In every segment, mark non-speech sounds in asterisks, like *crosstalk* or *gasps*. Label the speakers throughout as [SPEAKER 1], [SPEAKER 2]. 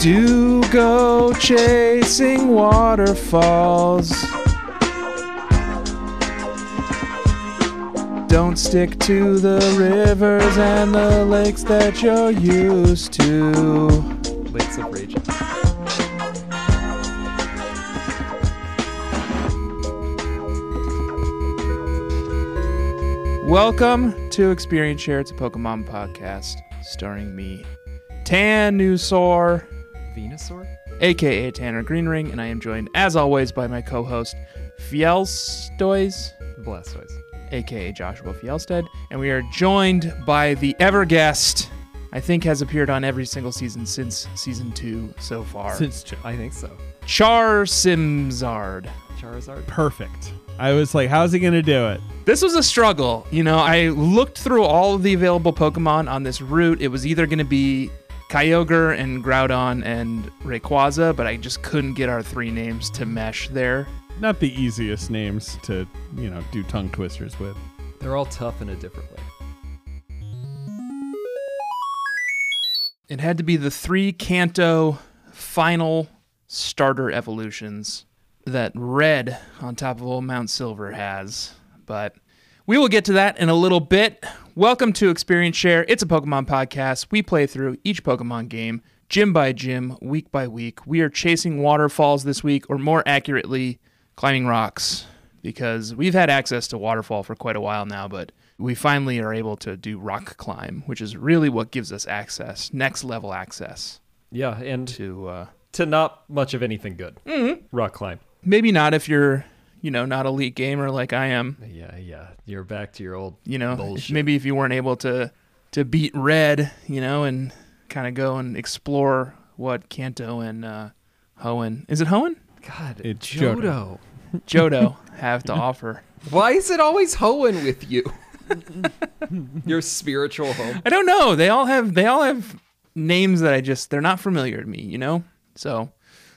[SPEAKER 1] do go chasing waterfalls. Don't stick to the rivers and the lakes that you're used to.
[SPEAKER 2] Lakes of Rage.
[SPEAKER 1] Welcome to Experience Share. It's a Pokemon podcast starring me, Tanusor,
[SPEAKER 2] Venusaur?
[SPEAKER 1] aka Tanner Greenring, and I am joined, as always, by my co host, Fielstoys.
[SPEAKER 2] Blastoise.
[SPEAKER 1] aka Joshua Fjellstead, and we are joined by the ever guest. I think has appeared on every single season since season two so far.
[SPEAKER 2] Since Ch- I think so.
[SPEAKER 1] Char Simzard.
[SPEAKER 2] Charizard?
[SPEAKER 3] Perfect. I was like, how's he going to do it?
[SPEAKER 1] This was a struggle. You know, I looked through all of the available Pokemon on this route. It was either going to be Kyogre and Groudon and Rayquaza, but I just couldn't get our three names to mesh there.
[SPEAKER 3] Not the easiest names to, you know, do tongue twisters with.
[SPEAKER 2] They're all tough in a different way.
[SPEAKER 1] It had to be the three Kanto final starter evolutions that Red on top of old Mount Silver has. But we will get to that in a little bit. Welcome to Experience Share. It's a Pokemon podcast. We play through each Pokemon game, gym by gym, week by week. We are chasing waterfalls this week, or more accurately, climbing rocks, because we've had access to waterfall for quite a while now, but we finally are able to do rock climb, which is really what gives us access, next level access
[SPEAKER 2] Yeah, and
[SPEAKER 1] to uh,
[SPEAKER 2] to not much of anything good. Rock climb.
[SPEAKER 1] maybe not if you're, you know, not elite gamer like I am.
[SPEAKER 2] Yeah, yeah. You're back to your old.
[SPEAKER 1] You know,
[SPEAKER 2] Bullshit.
[SPEAKER 1] maybe if you weren't able to to beat Red, you know, and kind of go and explore what Kanto and uh, Hoenn is it Hoenn
[SPEAKER 2] God,
[SPEAKER 3] It's
[SPEAKER 2] Jodo.
[SPEAKER 3] Johto.
[SPEAKER 1] Johto have to offer.
[SPEAKER 2] Why is it always Hoenn with you? *laughs* your spiritual home.
[SPEAKER 1] I don't know. They all have they all have names that I just they're not familiar to me. You know, so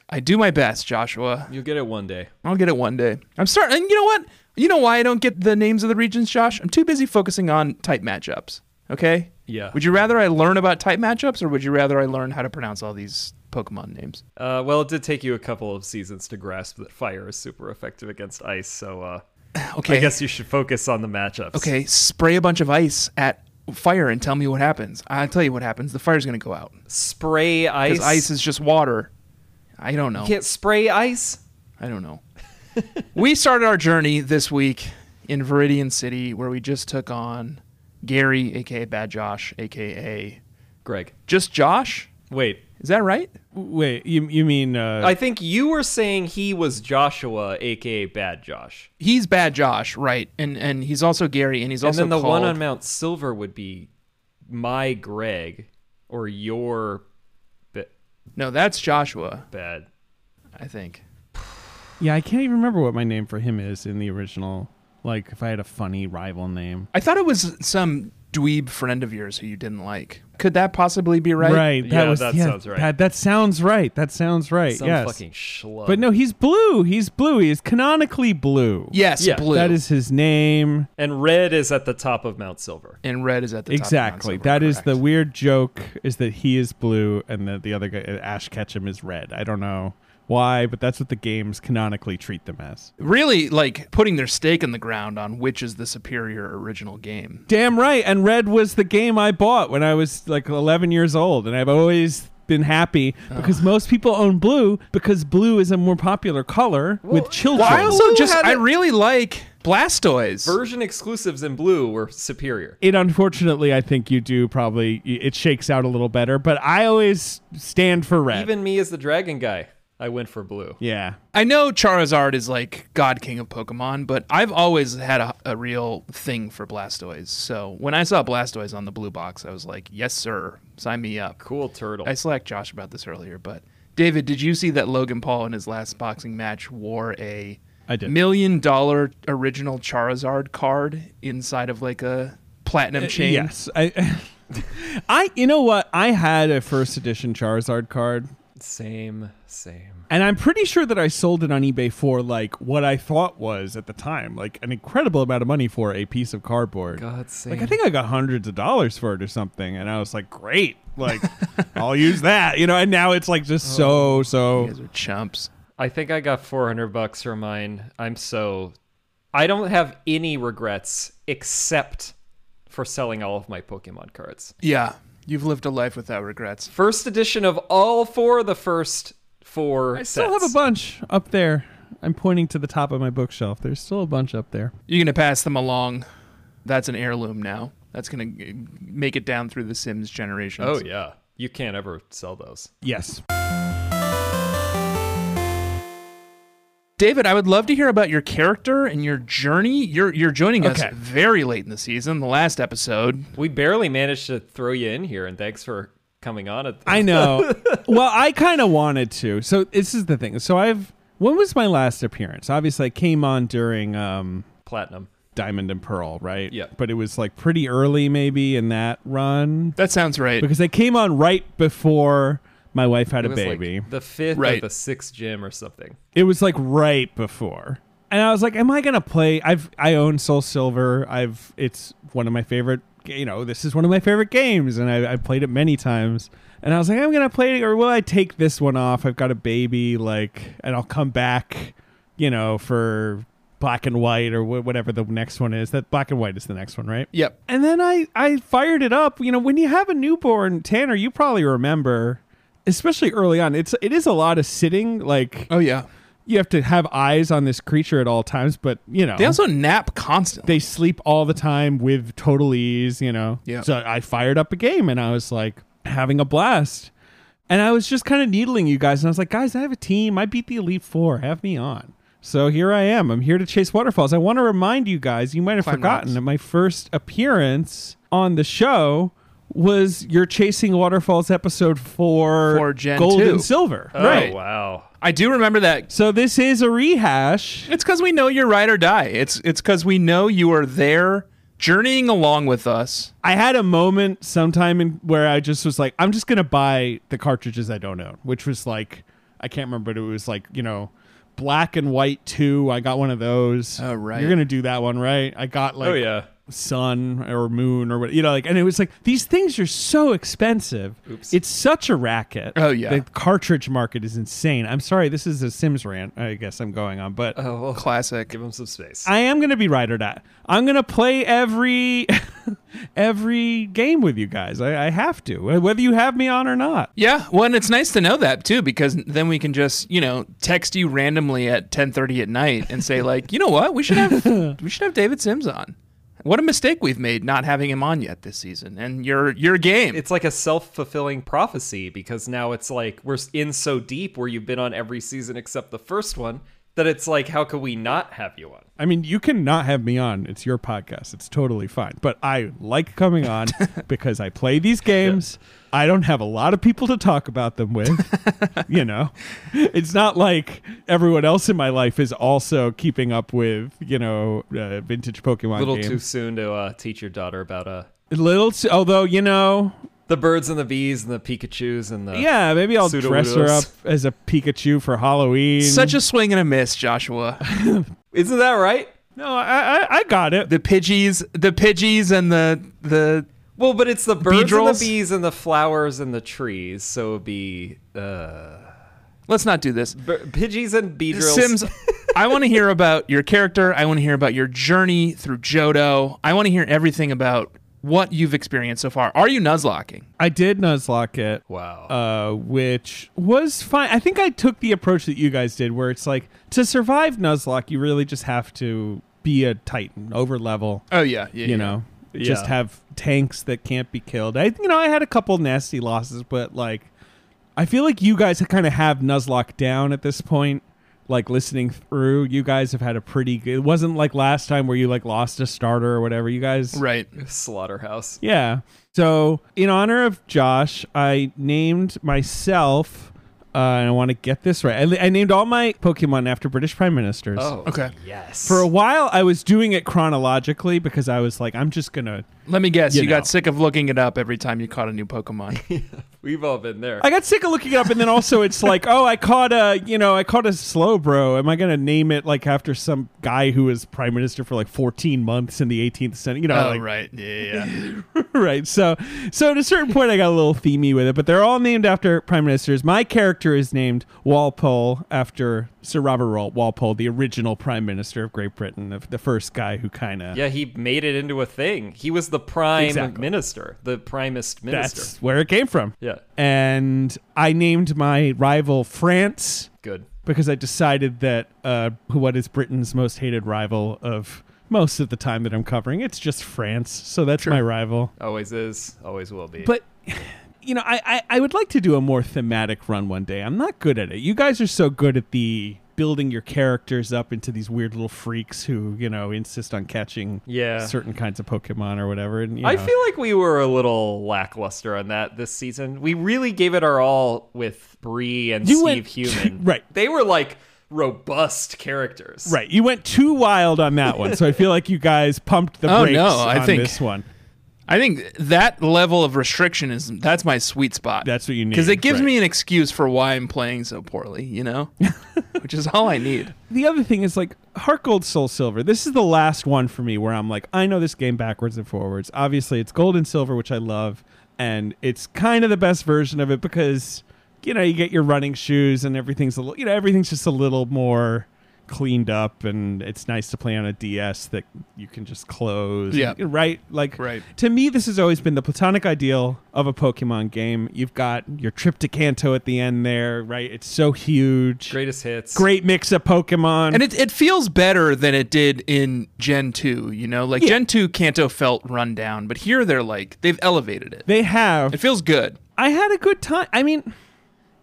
[SPEAKER 1] I do my best, Joshua.
[SPEAKER 2] You'll get it one day.
[SPEAKER 1] I'll get it one day. I'm starting. And you know what? You know why I don't get the names of the regions, Josh? I'm too busy focusing on type matchups. Okay.
[SPEAKER 2] Yeah.
[SPEAKER 1] Would you rather I learn about type matchups, or would you rather I learn how to pronounce all these Pokemon names?
[SPEAKER 2] Uh, well, it did take you a couple of seasons to grasp that fire is super effective against ice, so uh,
[SPEAKER 1] Okay.
[SPEAKER 2] I guess you should focus on the matchups.
[SPEAKER 1] Okay. Spray a bunch of ice at fire and tell me what happens. I'll tell you what happens. The fire's gonna go out
[SPEAKER 2] Spray ice.
[SPEAKER 1] because ice is just water. I don't know.
[SPEAKER 2] You can't spray ice.
[SPEAKER 1] I don't know. *laughs* we started our journey this week in Viridian City, where we just took on Gary, aka Bad Josh, aka
[SPEAKER 2] Greg,
[SPEAKER 1] just Josh.
[SPEAKER 2] wait.
[SPEAKER 1] Is that right?
[SPEAKER 3] Wait, you, you mean, uh,
[SPEAKER 2] I think you were saying he was Joshua, aka Bad Josh,
[SPEAKER 1] He's Bad Josh, right? And and he's also Gary, and he's
[SPEAKER 2] and
[SPEAKER 1] also
[SPEAKER 2] then the
[SPEAKER 1] called,
[SPEAKER 2] one on Mount Silver would be my Greg or your ba-
[SPEAKER 1] No, that's Joshua,
[SPEAKER 2] bad.
[SPEAKER 1] I think.
[SPEAKER 3] yeah, I can't even remember what my name for him is in the original. Like, if I had a funny rival name.
[SPEAKER 1] I thought it was some dweeb friend of yours who you didn't like. Could that possibly be right?
[SPEAKER 3] Right.
[SPEAKER 2] Yeah,
[SPEAKER 3] that was,
[SPEAKER 2] that sounds right.
[SPEAKER 3] That, that sounds right. That sounds right.
[SPEAKER 2] Some
[SPEAKER 3] yes.
[SPEAKER 2] fucking schlub.
[SPEAKER 3] but no, he's blue. He's blue. He is canonically blue.
[SPEAKER 1] Yes,
[SPEAKER 2] Yeah,
[SPEAKER 1] blue.
[SPEAKER 3] That is his name.
[SPEAKER 2] and red is at the top of Mount Silver.
[SPEAKER 1] and red is at the top.
[SPEAKER 3] exactly. That is the weird joke is that he is blue and that the other guy uh, Ash Ketchum is red. I don't know why, but that's what the games canonically treat them as.
[SPEAKER 1] the really like putting their stake in the ground on which is the superior original game.
[SPEAKER 3] Damn right. And red was the game I bought when I was like 11 years old, and I've always been happy because most people own blue because blue is a more popular color with children.
[SPEAKER 1] Well, I also
[SPEAKER 2] Blue
[SPEAKER 1] just
[SPEAKER 2] had
[SPEAKER 1] I
[SPEAKER 2] it-
[SPEAKER 1] really like Blastoise.
[SPEAKER 2] Version exclusives in blue were superior.
[SPEAKER 3] it unfortunately, I think you do probably it shakes out a little better, but I always stand for red.
[SPEAKER 2] Even me as the dragon guy, I went for blue.
[SPEAKER 3] yeah,
[SPEAKER 1] I know Charizard is like God King of Pokemon, but I've always had a, a real thing for Blastoise. So when I saw Blastoise on the blue box, I was like, yes, sir, sign me up.
[SPEAKER 2] Cool turtle.
[SPEAKER 1] I slacked Josh about this earlier, but David, did you see that Logan Paul in his last boxing match wore a
[SPEAKER 3] I did.
[SPEAKER 1] million dollar original Charizard card inside of like a
[SPEAKER 3] Uh,
[SPEAKER 1] platinum chain?
[SPEAKER 3] *laughs* Yes, I, I, you know what? I had a first edition Charizard card
[SPEAKER 2] Same, same.
[SPEAKER 3] And I'm pretty sure that I sold it on eBay for like what I thought was at the time, like an incredible amount of money for a piece of cardboard.
[SPEAKER 2] God, same.
[SPEAKER 3] Like I think I got hundreds of dollars for it or something, and I was like, great, like I'll use that, you know. And now it's like just so
[SPEAKER 1] You
[SPEAKER 3] so.
[SPEAKER 1] guys are chumps.
[SPEAKER 2] I think I got 400 bucks for mine. I'm so I don't have any regrets except for selling all of my Pokemon cards.
[SPEAKER 1] Yeah, you've lived a life without regrets.
[SPEAKER 2] First edition of all four of the first four
[SPEAKER 3] I still have
[SPEAKER 2] sets.
[SPEAKER 3] a bunch up there. I'm pointing to the top of my bookshelf. There's still a bunch up there.
[SPEAKER 1] You're gonna pass them along. That's an heirloom now. That's gonna g- make it down through the Sims generations.
[SPEAKER 2] Oh yeah. You can't ever sell those.
[SPEAKER 3] Yes.
[SPEAKER 1] David, I would love to hear about your character and your journey. You're you're joining us
[SPEAKER 3] Okay.
[SPEAKER 1] very late in the season. The last episode,
[SPEAKER 2] We barely managed to throw you in here and thanks for coming on at *laughs*
[SPEAKER 3] I know. well, I kind of wanted to. So this is the thing. So I've when was my last appearance? Obviously, I came on during um,
[SPEAKER 2] platinum.
[SPEAKER 3] Diamond and Pearl, right?
[SPEAKER 2] Yeah.
[SPEAKER 3] But it was like pretty early, maybe in that run
[SPEAKER 1] that sounds right.
[SPEAKER 3] because I came on right before my wife had
[SPEAKER 2] It
[SPEAKER 3] a
[SPEAKER 2] was like
[SPEAKER 3] baby.
[SPEAKER 2] the fifth or
[SPEAKER 1] Right.
[SPEAKER 2] the sixth gym or something.
[SPEAKER 3] it was like right before and i was like am i gonna play i've i own soul silver i've it's one of my favorite you know this is one of my favorite games and i, I played it many times and i was like i'm gonna play it or will i take this one off i've got a baby like and i'll come back you know for black and white or wh- whatever the next one is that black and white is the next one right
[SPEAKER 1] Yep.
[SPEAKER 3] and then I, I fired it up. You know, when you have a newborn, Tanner, you probably remember, especially early on, it's it is a lot of sitting. Like
[SPEAKER 1] Oh yeah.
[SPEAKER 3] you have to have eyes on this creature at all times, but you know
[SPEAKER 1] They also nap constantly.
[SPEAKER 3] they sleep all the time with total ease, you know.
[SPEAKER 1] Yeah.
[SPEAKER 3] So I fired up a game and I was like having a blast. And I was just kind of needling you guys and I was like, guys, I have a team. I beat the Elite Four. Have me on. So here I am. I'm here to chase waterfalls. I want to remind you guys, you might have
[SPEAKER 1] Climb
[SPEAKER 3] forgotten
[SPEAKER 1] rocks.
[SPEAKER 3] that my first appearance on the show was your Chasing Waterfalls episode for,
[SPEAKER 1] For Gen
[SPEAKER 3] Gold
[SPEAKER 1] 2.
[SPEAKER 3] and Silver.
[SPEAKER 2] Oh
[SPEAKER 3] right.
[SPEAKER 2] wow.
[SPEAKER 1] I do remember that.
[SPEAKER 3] So this is a rehash.
[SPEAKER 1] It's because we know you're ride or die. It's it's because we know you are there journeying along with us.
[SPEAKER 3] I had a moment sometime in where I just was like, I'm just gonna buy the cartridges I don't own, which was like, I can't remember, but it was like, you know, black and white two. I got one of those.
[SPEAKER 1] Oh, right.
[SPEAKER 3] You're gonna do that one, right? I got like,
[SPEAKER 2] oh yeah.
[SPEAKER 3] sun or moon or what, you know, like, and it was like these things are so expensive.
[SPEAKER 2] Oops.
[SPEAKER 3] It's such a racket.
[SPEAKER 1] Oh, yeah.
[SPEAKER 3] the cartridge market is insane. I'm sorry, this is a Sims rant. I guess I'm going on,
[SPEAKER 1] Uh-huh.
[SPEAKER 3] but
[SPEAKER 2] Oh well,
[SPEAKER 1] Classic.
[SPEAKER 2] give him some space.
[SPEAKER 3] I am gonna be ride or die. I'm gonna play every *laughs* every game with you guys. I, I have to, whether you have me on or not.
[SPEAKER 1] Yeah, well, and it's nice to know that too, because then we can just you know text you randomly at ten thirty at night and
[SPEAKER 3] *laughs*
[SPEAKER 1] say like, you know what, we should have we should have David Sims on. What a mistake we've made not having him on yet this season. And your your game,
[SPEAKER 2] it's like a self-fulfilling prophecy because now it's like we're in so deep where you've been on every season except the first one that it's like how could we not have you on
[SPEAKER 3] I mean, you can not have me on. It's your podcast. It's totally fine. But I like coming on because I play these games. I don't have a lot of people to talk about them with. you know, it's not like everyone else in my life is also keeping up with you know uh, vintage Pokemon
[SPEAKER 2] a little
[SPEAKER 3] games.
[SPEAKER 2] too soon to uh, teach your daughter about uh,
[SPEAKER 3] little too. Although you know,
[SPEAKER 2] the birds and the bees and the pikachus and the
[SPEAKER 3] Yeah, maybe I'll
[SPEAKER 2] Pseudo
[SPEAKER 3] dress her up
[SPEAKER 2] weirdos.
[SPEAKER 3] as a Pikachu for Halloween.
[SPEAKER 1] such a swing and a miss,
[SPEAKER 3] *laughs*
[SPEAKER 1] Joshua.
[SPEAKER 2] isn't that right
[SPEAKER 3] no, I I, I got it.
[SPEAKER 1] The Pidgeys, the Pidgeys, and the the
[SPEAKER 2] well but it's the birds and
[SPEAKER 1] Beedrills?
[SPEAKER 2] the bees and the flowers and the trees so it'd be uh
[SPEAKER 1] let's not do this.
[SPEAKER 2] b- pidgeys and beedrills
[SPEAKER 1] Sims, I want to hear about your character. I want to hear about your journey through Jodo. I want to hear everything about what you've experienced so far. Are you nuzlocking?
[SPEAKER 3] I did Nuzlocke it.
[SPEAKER 2] wow
[SPEAKER 3] Uh, which was fine. I think I took the approach that you guys did, where it's like to survive Nuzlocke, you really just have to be a Titan over level.
[SPEAKER 1] Oh yeah, yeah.
[SPEAKER 3] You know, just
[SPEAKER 2] Yeah.
[SPEAKER 3] have tanks that can't be killed. I you know I had a couple nasty losses, but like I feel like you guys kind of have Nuzlocke down at this point. Like listening through, you guys have had a pretty good. It wasn't like last time where you like lost a starter or whatever. You guys,
[SPEAKER 1] right.
[SPEAKER 2] slaughterhouse
[SPEAKER 3] yeah. So in honor of Josh, I named myself. Uh, and I want to get this right. I, li- I named all my Pokemon after British prime ministers.
[SPEAKER 2] oh
[SPEAKER 1] Okay.
[SPEAKER 2] yes
[SPEAKER 3] For a while, I was doing it chronologically because I was like, I'm just gonna
[SPEAKER 1] Let me guess. You,
[SPEAKER 3] You know.
[SPEAKER 1] got sick of looking it up every time you caught a new Pokemon.
[SPEAKER 2] We've all been there.
[SPEAKER 3] I got sick of looking it up, and then also it's like, oh, I caught a, you know, I caught a slow bro. Am I gonna name it like after some guy who was prime minister for like 14 months in the 18th century? You
[SPEAKER 1] *laughs*
[SPEAKER 3] know,
[SPEAKER 1] oh
[SPEAKER 3] like,
[SPEAKER 1] right, yeah, yeah.
[SPEAKER 3] *laughs* right. So, so at a certain point, I got a little themey with it, but they're all named after prime ministers. My character is named Walpole after Sir Robert Wal- Walpole, the original prime minister of Great Britain, the, the first guy who kind of.
[SPEAKER 2] yeah, he made it into a thing. He was the prime
[SPEAKER 3] Exactly.
[SPEAKER 2] minister, the primest minister.
[SPEAKER 3] That's where it came from.
[SPEAKER 2] Yeah,
[SPEAKER 3] And I named my rival France
[SPEAKER 2] good.
[SPEAKER 3] because I decided that uh, what is Britain's most hated rival of most of the time that I'm covering, it's just France. So that's my rival.
[SPEAKER 2] Always is, always will be.
[SPEAKER 3] But you know, I, I I would like to do a more thematic run one day. I'm not good at it. You guys are so good at the building your characters up into these weird little freaks who you know insist on catching
[SPEAKER 2] Yeah.
[SPEAKER 3] certain kinds of Pokemon or whatever. And you
[SPEAKER 2] I
[SPEAKER 3] know.
[SPEAKER 2] feel like we were a little lackluster on that this season. We really gave it our all with Bree and
[SPEAKER 3] You
[SPEAKER 2] Steve
[SPEAKER 3] went-
[SPEAKER 2] Human.
[SPEAKER 3] *laughs* Right.
[SPEAKER 2] They were like robust characters.
[SPEAKER 3] right. You went too wild on that one, so I feel like you guys pumped the
[SPEAKER 1] Oh,
[SPEAKER 3] brakes
[SPEAKER 1] no, I
[SPEAKER 3] on
[SPEAKER 1] think-
[SPEAKER 3] this one.
[SPEAKER 1] *laughs* I think that level of restriction is that's my sweet spot.
[SPEAKER 3] That's what you need,
[SPEAKER 1] because it gives
[SPEAKER 3] right.
[SPEAKER 1] me an excuse for why I'm playing so poorly. You
[SPEAKER 3] *laughs*
[SPEAKER 1] know, which is all I need.
[SPEAKER 3] the other thing is like Heart Gold Soul Silver. This is the last one for me where I'm like, I know this game backwards and forwards. Obviously, it's gold and silver, which I love, and it's kind of the best version of it because you know you get your running shoes and everything's a little, you know everything's just a little more cleaned up, and it's nice to play on a DS that you can just close.
[SPEAKER 1] Yeah.
[SPEAKER 3] right. Like
[SPEAKER 1] Right.
[SPEAKER 3] to me, this has always been the platonic ideal of a Pokemon game. You've got your trip to Kanto at the end there, right? It's so huge.
[SPEAKER 2] Greatest hits.
[SPEAKER 3] Great mix of Pokemon.
[SPEAKER 1] And it, it feels better than it did in Gen 2, you know? Like
[SPEAKER 3] Yeah.
[SPEAKER 1] Gen 2 Kanto felt run down, but here they're like they've elevated it.
[SPEAKER 3] They have.
[SPEAKER 1] It feels good.
[SPEAKER 3] I had a good time. I mean,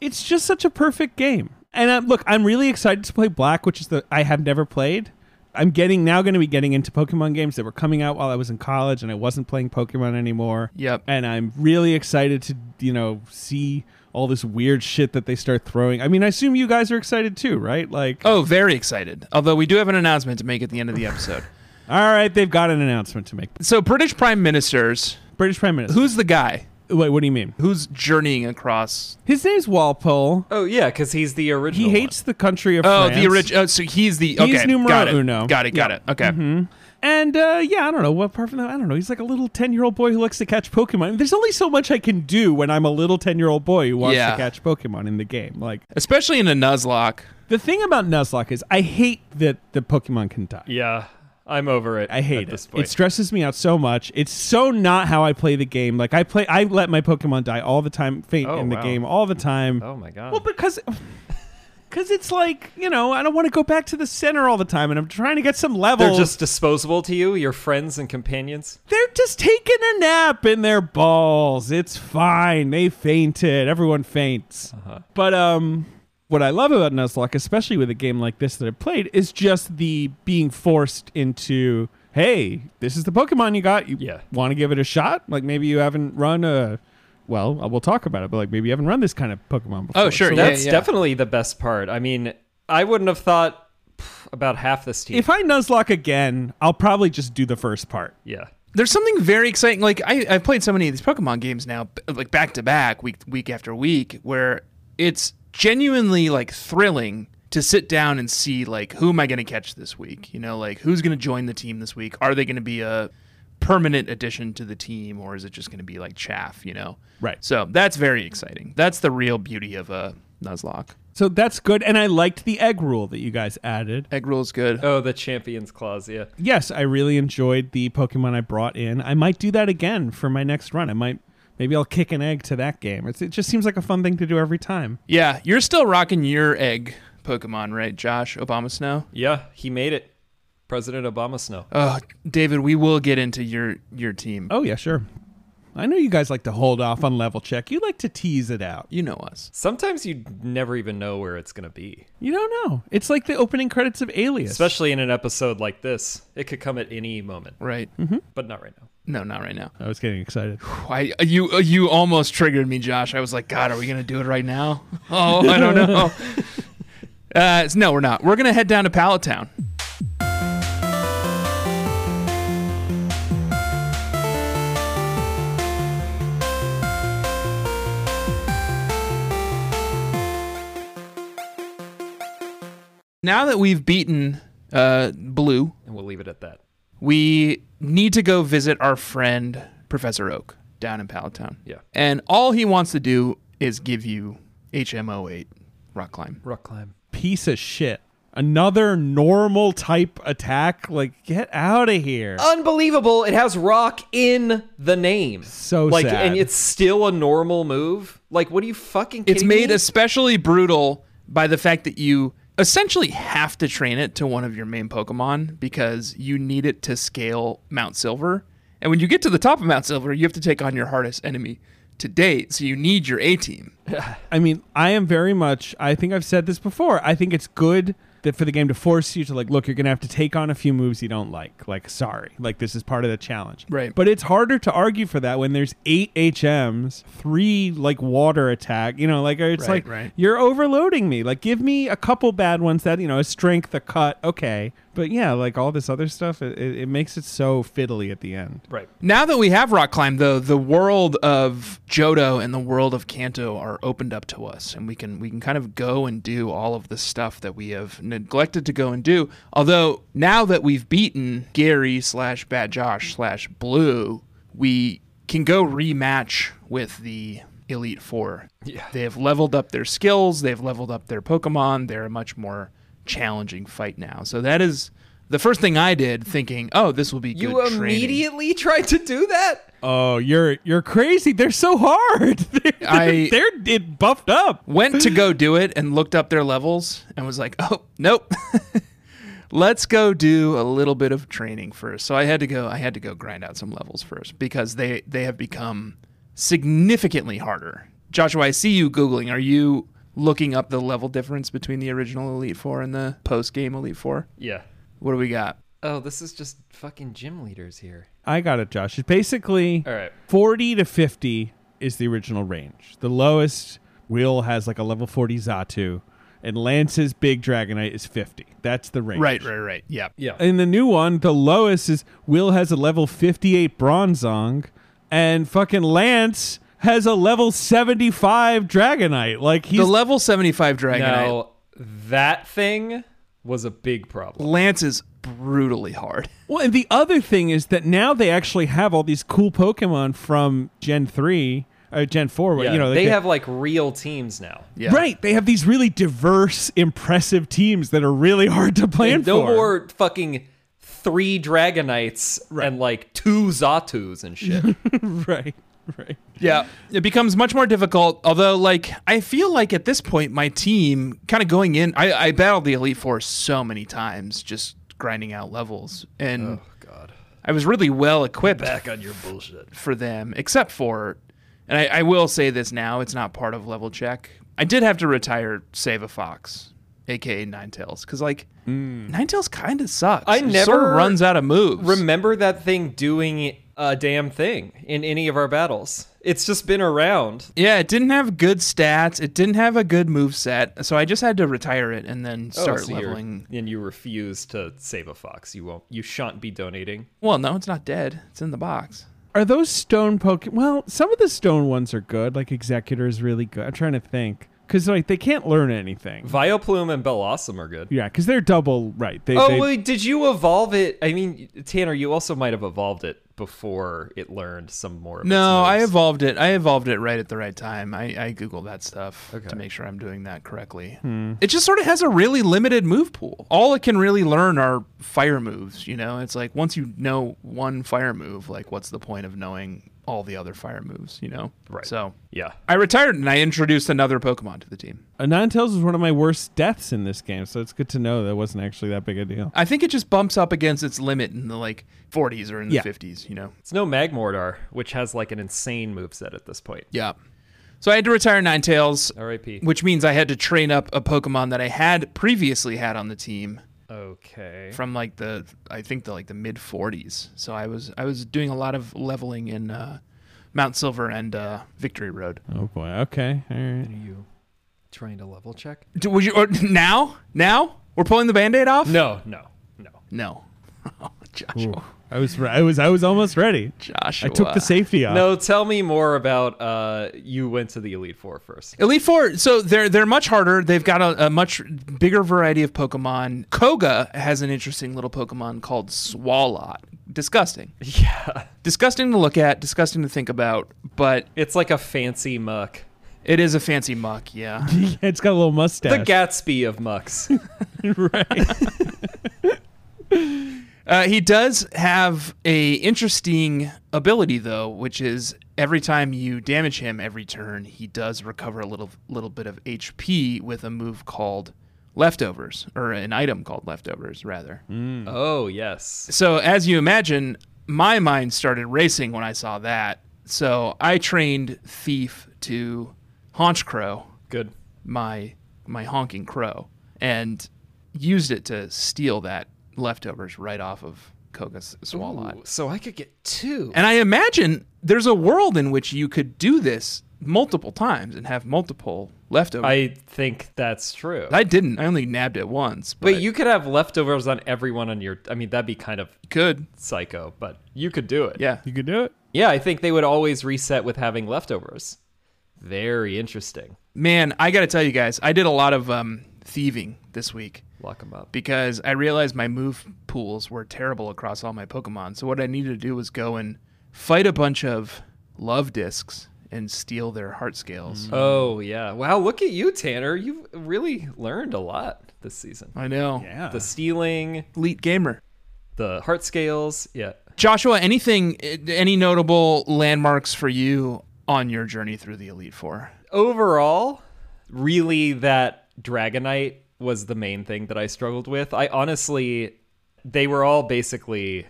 [SPEAKER 3] it's just such a perfect game. And um, look, I'm really excited to play Black, which is the I have never played. I'm getting now going to be getting into Pokemon games that were coming out while I was in college and I wasn't playing Pokemon anymore.
[SPEAKER 1] Yep.
[SPEAKER 3] And I'm really excited to, you know, see all this weird shit that they start throwing. I mean, I assume you guys are excited too, right? Like,
[SPEAKER 1] Oh, very excited. Although we do have an announcement to make at the end of the episode.
[SPEAKER 3] all right, they've got an announcement to make.
[SPEAKER 1] so, British Prime Ministers,
[SPEAKER 3] British Prime Minister.
[SPEAKER 1] who's the guy
[SPEAKER 3] Wait, what do you mean?
[SPEAKER 1] who's journeying across?
[SPEAKER 3] His name's Walpole.
[SPEAKER 2] Oh yeah, because he's the
[SPEAKER 3] He
[SPEAKER 2] original.
[SPEAKER 3] hates the country of
[SPEAKER 1] Oh,
[SPEAKER 3] France.
[SPEAKER 1] the original. Oh, so he's the. Okay,
[SPEAKER 3] He's numero
[SPEAKER 1] got it.
[SPEAKER 3] uno. Mm-hmm.
[SPEAKER 1] Got it, got
[SPEAKER 3] Yep.
[SPEAKER 1] it. Okay.
[SPEAKER 3] And uh, yeah, I don't know. What apart from that, I don't know. He's like a little ten-year-old boy who likes to catch Pokemon. There's only so much I can do when I'm a little ten-year-old boy who wants
[SPEAKER 1] Yeah.
[SPEAKER 3] to catch Pokemon in the game. Like
[SPEAKER 1] Especially in a Nuzlocke.
[SPEAKER 3] the thing about Nuzlocke is, I hate that the Pokemon can die.
[SPEAKER 2] Yeah, I'm over it.
[SPEAKER 3] I hate
[SPEAKER 2] at
[SPEAKER 3] it.
[SPEAKER 2] this point.
[SPEAKER 3] It stresses me out so much. It's so not how I play the game. Like I play, I let my Pokemon die all the time, faint
[SPEAKER 2] Oh,
[SPEAKER 3] in the
[SPEAKER 2] wow.
[SPEAKER 3] game all the time.
[SPEAKER 2] oh my god.
[SPEAKER 3] Well, because *laughs* because it's like you know, I don't want to go back to the center all the time, and I'm trying to get some level.
[SPEAKER 2] They're just disposable to you, your friends and companions.
[SPEAKER 3] They're just taking a nap in their balls. It's fine. They fainted. Everyone faints.
[SPEAKER 1] Uh-huh.
[SPEAKER 3] But um what I love about Nuzlocke, especially with a game like this that I played, is just the being forced into, hey, this is the Pokemon you got. You
[SPEAKER 2] Yeah.
[SPEAKER 3] want to give it a shot? Like maybe you haven't run a well, uh, we'll talk about it, but like maybe you haven't run this kind of Pokemon before.
[SPEAKER 1] Oh, sure,
[SPEAKER 3] So
[SPEAKER 1] yeah.
[SPEAKER 2] That's definitely the best part. I mean, I wouldn't have thought pff, about half this team.
[SPEAKER 3] If I Nuzlocke again, I'll probably just do the first part.
[SPEAKER 2] yeah.
[SPEAKER 1] there's something very exciting. Like I, I've played so many of these Pokemon games now, b- like back to back, week week after week, where it's genuinely like thrilling to sit down and see like who am I going to catch this week? You know, like who's going to join the team this week? Are they going to be a permanent addition to the team, or is it just going to be like chaff? You know,
[SPEAKER 3] Right.
[SPEAKER 1] So that's very exciting. That's the real beauty of a Nuzlocke.
[SPEAKER 3] So that's good. And I liked the egg rule that you guys added.
[SPEAKER 1] Egg roll is good.
[SPEAKER 2] Oh, the champions clause. Yeah.
[SPEAKER 3] yes, I really enjoyed the Pokemon I brought in. I might do that again for my next run. I might maybe I'll kick an egg to that game. It's, it just seems like a fun thing to do every time.
[SPEAKER 1] Yeah, you're still rocking your egg Pokemon, right, Josh? Obama Snow.
[SPEAKER 2] Yeah. He made it. President Obama Snow.
[SPEAKER 1] Oh, David, we will get into your your team.
[SPEAKER 3] Oh yeah, sure. I know you guys like to hold off on level check. You like to tease it out.
[SPEAKER 1] You know us.
[SPEAKER 2] Sometimes you never even know where it's going to be,
[SPEAKER 3] You don't know. It's like the opening credits of Alias.
[SPEAKER 2] especially in an episode like this. It could come at any moment,
[SPEAKER 1] Right.
[SPEAKER 2] but not right now.
[SPEAKER 1] No, not right now.
[SPEAKER 3] I was getting excited.
[SPEAKER 1] Why uh, you you almost triggered me, Josh. I was like, God, are we gonna do it right now? *laughs* Oh, I don't know. Uh, it's- no, we're not. We're gonna head down to Pallet Town. Now that we've beaten uh, Blue,
[SPEAKER 2] and we'll leave it at that.
[SPEAKER 1] we need to go visit our friend Professor Oak down in Palatown.
[SPEAKER 2] Yeah.
[SPEAKER 1] And all he wants to do is give you HMO8 rock climb.
[SPEAKER 2] Rock climb.
[SPEAKER 3] Piece of shit. Another normal type attack. Like, get out of here.
[SPEAKER 2] Unbelievable! It has rock in the name.
[SPEAKER 3] So
[SPEAKER 2] like,
[SPEAKER 3] sad.
[SPEAKER 2] and it's still a normal move. Like, what are you fucking?
[SPEAKER 1] It's
[SPEAKER 2] kidding
[SPEAKER 1] made
[SPEAKER 2] me?
[SPEAKER 1] especially brutal by the fact that you essentially have to train it to one of your main Pokemon because you need it to scale Mount Silver. And when you get to the top of Mount Silver, you have to take on your hardest enemy to date. So you need your A team.
[SPEAKER 3] I mean, I am very much. I think I've said this before. I think it's good that for the game to force you to like, look, you're gonna have to take on a few moves you don't like. Like, sorry, like this is part of the challenge.
[SPEAKER 1] Right.
[SPEAKER 3] But it's harder to argue for that when there's eight HMs, three like water attack. You know, like it's
[SPEAKER 1] Right,
[SPEAKER 3] like
[SPEAKER 1] right.
[SPEAKER 3] you're overloading me. Like, give me a couple bad ones that you know, a strength, a cut, okay. But yeah, like all this other stuff, it, it, it makes it so fiddly at the end.
[SPEAKER 2] right.
[SPEAKER 1] Now that we have rock climb, though, the world of Johto and the world of Kanto are opened up to us, and we can we can kind of go and do all of the stuff that we have neglected to go and do. Although now that we've beaten Gary slash Bad Josh slash Blue, we can go rematch with the Elite Four.
[SPEAKER 2] Yeah.
[SPEAKER 1] They have leveled up their skills. They've leveled up their Pokemon. They're a much more challenging fight now. So that is. The first thing I did, thinking, "Oh, this will be
[SPEAKER 2] You
[SPEAKER 1] good training.
[SPEAKER 2] immediately *laughs* tried to do that.
[SPEAKER 3] Oh, you're you're crazy. They're so hard. *laughs* they're,
[SPEAKER 1] I-
[SPEAKER 3] they're it buffed up.
[SPEAKER 1] went to *laughs* go do it and looked up their levels and was like, oh, nope. *laughs* Let's go do a little bit of training first. So I had to go I had to go grind out some levels first because they they have become significantly harder. Joshua, I see you googling. Are you looking up the level difference between the original Elite 4 and the post-game Elite 4?
[SPEAKER 2] Yeah.
[SPEAKER 1] What do we got?
[SPEAKER 2] Oh, this is just fucking gym leaders here.
[SPEAKER 3] I got it, Josh. It's basically
[SPEAKER 2] All right.
[SPEAKER 3] 40 to 50 is the original range. The lowest Will has like a level 40 Zatu, and Lance's big Dragonite is 50. That's the range.
[SPEAKER 1] Right, right, right. Yeah.
[SPEAKER 2] Yeah.
[SPEAKER 3] In the new one, the lowest is Will has a level 58 Bronzong, and fucking Lance has a level 75 Dragonite. Like he's
[SPEAKER 1] The level 75 Dragonite.
[SPEAKER 2] Now that thing was a big problem.
[SPEAKER 1] Lance is brutally hard.
[SPEAKER 3] Well, and the other thing is that now they actually have all these cool Pokemon from Gen three or Gen four. where,
[SPEAKER 2] Yeah,
[SPEAKER 3] you know,
[SPEAKER 2] they
[SPEAKER 3] could-
[SPEAKER 2] have like real teams now.
[SPEAKER 1] Yeah.
[SPEAKER 3] right. They have these really diverse, impressive teams that are really *laughs* hard to plan
[SPEAKER 2] no
[SPEAKER 3] for.
[SPEAKER 2] more fucking three Dragonites and like two Zatus and shit.
[SPEAKER 3] *laughs* right, right.
[SPEAKER 1] Yeah, it becomes much more difficult. Although, like, I feel like at this point, my team kind of going in, I, I battled the Elite Four so many times, just grinding out levels, and
[SPEAKER 2] Oh, God.
[SPEAKER 1] I was really well equipped
[SPEAKER 2] on your bullshit.
[SPEAKER 1] for them, except for, and I, I will say this now, it's not part of level check. I did have to retire Save a Fox, aka Ninetales, because like
[SPEAKER 2] Mm.
[SPEAKER 1] Ninetales kind of sucks.
[SPEAKER 2] I
[SPEAKER 1] It sort
[SPEAKER 2] never
[SPEAKER 1] of runs out of moves.
[SPEAKER 2] Remember that thing doing a damn thing in any of our battles. It's just been around.
[SPEAKER 1] Yeah, it didn't have good stats. It didn't have a good move set, so I just had to retire it and then start
[SPEAKER 2] Oh, So you're-
[SPEAKER 1] leveling.
[SPEAKER 2] And you refuse to save a fox. You won't you shan't be donating.
[SPEAKER 1] Well, no, it's not dead. It's in the box.
[SPEAKER 3] Are those stone poke? Well, some of the stone ones are good. Like Executor is really good. I'm trying to think because like they can't learn anything.
[SPEAKER 2] Vioplume and Bellossom are good.
[SPEAKER 3] Yeah, because they're double. Right. They,
[SPEAKER 2] Oh
[SPEAKER 3] they-
[SPEAKER 2] wait, did you evolve it? I mean, Tanner, you also might have evolved it before it learned some more. Of
[SPEAKER 1] No,
[SPEAKER 2] its
[SPEAKER 1] I
[SPEAKER 2] moves.
[SPEAKER 1] evolved it. I evolved it right at the right time. I, I Google that stuff
[SPEAKER 2] Okay. Hmm.
[SPEAKER 1] to make sure I'm doing that correctly. It just sort of has a really limited move pool. All it can really learn are fire moves, you know? It's like once you know one fire move, like what's the point of knowing all the other fire moves, you know?
[SPEAKER 2] Right.
[SPEAKER 1] So
[SPEAKER 2] Yeah,
[SPEAKER 1] I retired and I introduced another Pokemon to the team.
[SPEAKER 3] A Ninetales was one of my worst deaths in this game, so it's good to know that wasn't actually that big a deal.
[SPEAKER 1] I think it just bumps up against its limit in the like 40s or in the
[SPEAKER 3] Yeah.
[SPEAKER 1] 50s, you know.
[SPEAKER 2] it's no Magmortar, which has like an insane moveset at this point.
[SPEAKER 1] Yeah. So I had to retire Ninetales,
[SPEAKER 2] R.I.P.
[SPEAKER 1] which means I had to train up a Pokemon that I had previously had on the team
[SPEAKER 2] Okay.
[SPEAKER 1] from like the I think the like the mid 40s. So I was I was doing a lot of leveling in uh, Mount Silver and uh, Victory Road.
[SPEAKER 3] Oh boy. Okay. All right.
[SPEAKER 2] Are you trying to level check?
[SPEAKER 1] Do, would you or, *laughs* now? Now we're pulling the Band-Aid off?
[SPEAKER 2] No, no, no.
[SPEAKER 1] No. *laughs* Oh, Joshua.
[SPEAKER 3] I was re- I was I was almost ready.
[SPEAKER 1] Joshua.
[SPEAKER 3] I took the safety off.
[SPEAKER 2] No, tell me more about uh, you went to the Elite Four first.
[SPEAKER 1] Elite Four, so they're they're much harder. They've got a, a much bigger variety of Pokemon. Koga has an interesting little Pokemon called Swalot. Disgusting,
[SPEAKER 2] *laughs* Yeah.
[SPEAKER 1] disgusting to look at, disgusting to think about, but
[SPEAKER 2] It's like a fancy muck.
[SPEAKER 1] it is a fancy muck. Yeah,
[SPEAKER 3] *laughs* it's got a little
[SPEAKER 2] The
[SPEAKER 3] mustache.
[SPEAKER 2] Gatsby of mucks.
[SPEAKER 3] right.
[SPEAKER 1] uh, he does have a interesting ability though, which is every time you damage him every turn, he does recover a little little bit of HP with a move called leftovers, or an item called leftovers rather.
[SPEAKER 2] *laughs* oh, yes.
[SPEAKER 1] So, as you imagine, my mind started racing when I saw that. So, I trained Thief to Haunch Crow,
[SPEAKER 2] Good.
[SPEAKER 1] my my honking crow, and used it to steal that leftovers right off of Koga's swalot.
[SPEAKER 2] Ooh, so I could get two.
[SPEAKER 1] And I imagine there's a world in which you could do this multiple times and have multiple leftovers. I,
[SPEAKER 2] I think that's true.
[SPEAKER 1] didn't. I only nabbed it once, but,
[SPEAKER 2] but you could have leftovers on everyone on your. I mean, that'd be kind of
[SPEAKER 1] could.
[SPEAKER 2] psycho, but you could do it.
[SPEAKER 1] Yeah.
[SPEAKER 3] You could do it.
[SPEAKER 2] Yeah, I think they would always reset with having leftovers. Very interesting.
[SPEAKER 1] Man, I got to tell you guys, I did a lot of um, thieving this week.
[SPEAKER 2] Lock them up.
[SPEAKER 1] because I realized my move pools were terrible across all my Pokemon. So what I needed to do was go and fight a bunch of love discs and steal their heart scales.
[SPEAKER 2] Oh, yeah. Wow, look at you, Tanner. You've really learned a lot this season.
[SPEAKER 1] I know.
[SPEAKER 3] Yeah.
[SPEAKER 2] The stealing,
[SPEAKER 1] Elite gamer.
[SPEAKER 2] the heart scales. Yeah.
[SPEAKER 1] Joshua, anything any notable landmarks for you on your journey through the Elite 4?
[SPEAKER 2] overall, really that Dragonite was the main thing that I struggled with. I honestly, they were all basically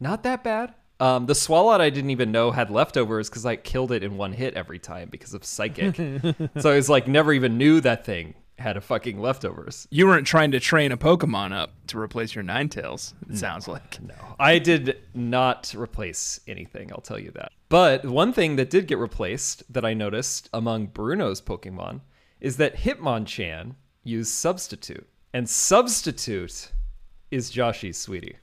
[SPEAKER 2] not that bad. Um, the Swalot I didn't even know had leftovers because I killed it in one hit every time because of Psychic. so I was like, never even knew that thing had a fucking leftovers.
[SPEAKER 1] You weren't trying to train a Pokemon up to replace your Ninetales, it sounds like.
[SPEAKER 2] No, I did not replace anything, I'll tell you that. But one thing that did get replaced that I noticed among Bruno's Pokemon is that Hitmonchan used Substitute. And Substitute is Joshi's sweetie.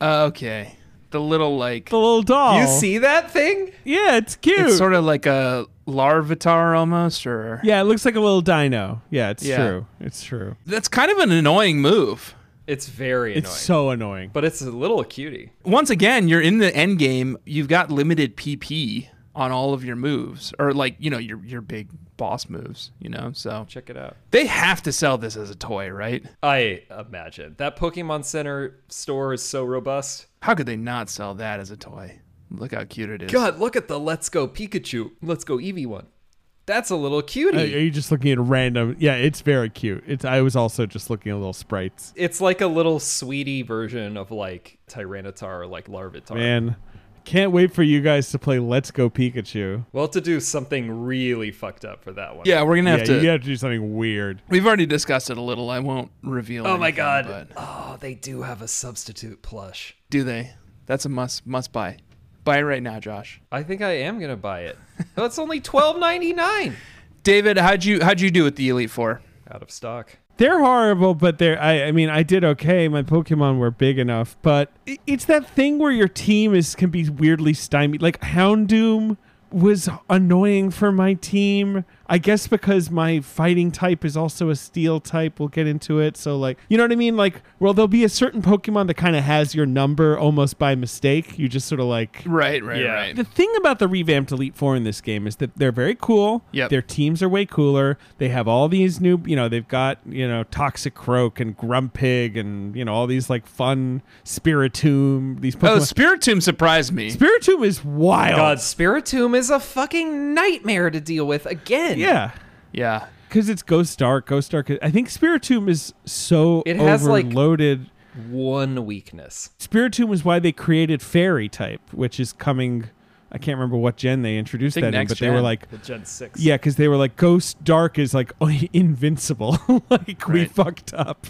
[SPEAKER 1] Uh, okay. The little like
[SPEAKER 3] The little doll.
[SPEAKER 2] You see that thing?
[SPEAKER 3] Yeah, it's cute.
[SPEAKER 1] it's sort of like a Larvitar almost or
[SPEAKER 3] yeah, it looks like a little dino. Yeah, it's
[SPEAKER 1] Yeah.
[SPEAKER 3] true. It's true.
[SPEAKER 1] That's kind of an annoying move.
[SPEAKER 2] It's very annoying.
[SPEAKER 3] It's so annoying.
[SPEAKER 2] but it's a little cutie.
[SPEAKER 1] once again, you're in the end game. You've got limited PP on all of your moves, or like you know your your big boss moves. You know, so
[SPEAKER 2] Check it out.
[SPEAKER 1] they have to sell this as a toy, right?
[SPEAKER 2] I imagine. That Pokemon Center store is so robust.
[SPEAKER 1] How could they not sell that as a toy? Look how cute it is.
[SPEAKER 2] God, look at the Let's Go Pikachu, Let's Go Eevee one. That's a little cutie.
[SPEAKER 3] Uh, are you just looking at random? Yeah, it's very cute. It's. I was also just looking at little sprites.
[SPEAKER 2] It's like a little sweetie version of like Tyranitar or like Larvitar.
[SPEAKER 3] Man, can't wait for you guys to play Let's Go Pikachu.
[SPEAKER 2] We'll have to do something really fucked up for that one.
[SPEAKER 1] Yeah, we're gonna have
[SPEAKER 3] yeah,
[SPEAKER 1] to.
[SPEAKER 3] you have to do something weird.
[SPEAKER 1] We've already discussed it a little. I won't reveal.
[SPEAKER 2] Oh my
[SPEAKER 1] anything,
[SPEAKER 2] god.
[SPEAKER 1] but
[SPEAKER 2] Oh, they do have a substitute plush.
[SPEAKER 1] do they? That's a must. Must buy. Buy it right now, Josh.
[SPEAKER 2] I think I am gonna buy *laughs* it. That's only twelve ninety nine.
[SPEAKER 1] David, how'd you how'd you do with the Elite Four?
[SPEAKER 2] Out of stock.
[SPEAKER 3] They're horrible, but they're. I, I mean, I did okay. My Pokemon were big enough, but i- it's that thing where your team is can be weirdly stymied. Like Houndoom was annoying for my team. I guess because my fighting type is also a steel type. We'll get into it. So, like, you know what I mean? Like, well, there'll be a certain Pokemon that kind of has your number almost by mistake. You just sort of like
[SPEAKER 1] Right, right,
[SPEAKER 2] Yeah.
[SPEAKER 1] right.
[SPEAKER 3] the thing about the revamped Elite Four in this game is that they're very cool.
[SPEAKER 1] Yep.
[SPEAKER 3] Their teams are way cooler. They have all these new, you know, they've got, you know, Toxic Croak and Grumpig and, you know, all these like fun Spiritomb, these
[SPEAKER 1] Oh,
[SPEAKER 3] Pokemon.
[SPEAKER 1] Spiritomb surprised me.
[SPEAKER 3] Spiritomb is wild.
[SPEAKER 2] God, Spiritomb is a fucking nightmare to deal with again.
[SPEAKER 3] Yeah.
[SPEAKER 1] Yeah.
[SPEAKER 3] Because it's Ghost Dark. Ghost Dark. I think Spiritomb is so
[SPEAKER 2] It has, like-
[SPEAKER 3] overloaded.
[SPEAKER 2] One weakness.
[SPEAKER 3] Spiritomb is why they created Fairy type, which is coming. I can't remember what gen they introduced
[SPEAKER 1] I think
[SPEAKER 3] that in,
[SPEAKER 1] next
[SPEAKER 3] but they were
[SPEAKER 1] gen.
[SPEAKER 3] like,
[SPEAKER 2] The Gen six.
[SPEAKER 3] Yeah, because they were like, Ghost Dark is like *laughs* invincible. *laughs* like, we
[SPEAKER 1] Right.
[SPEAKER 3] fucked up.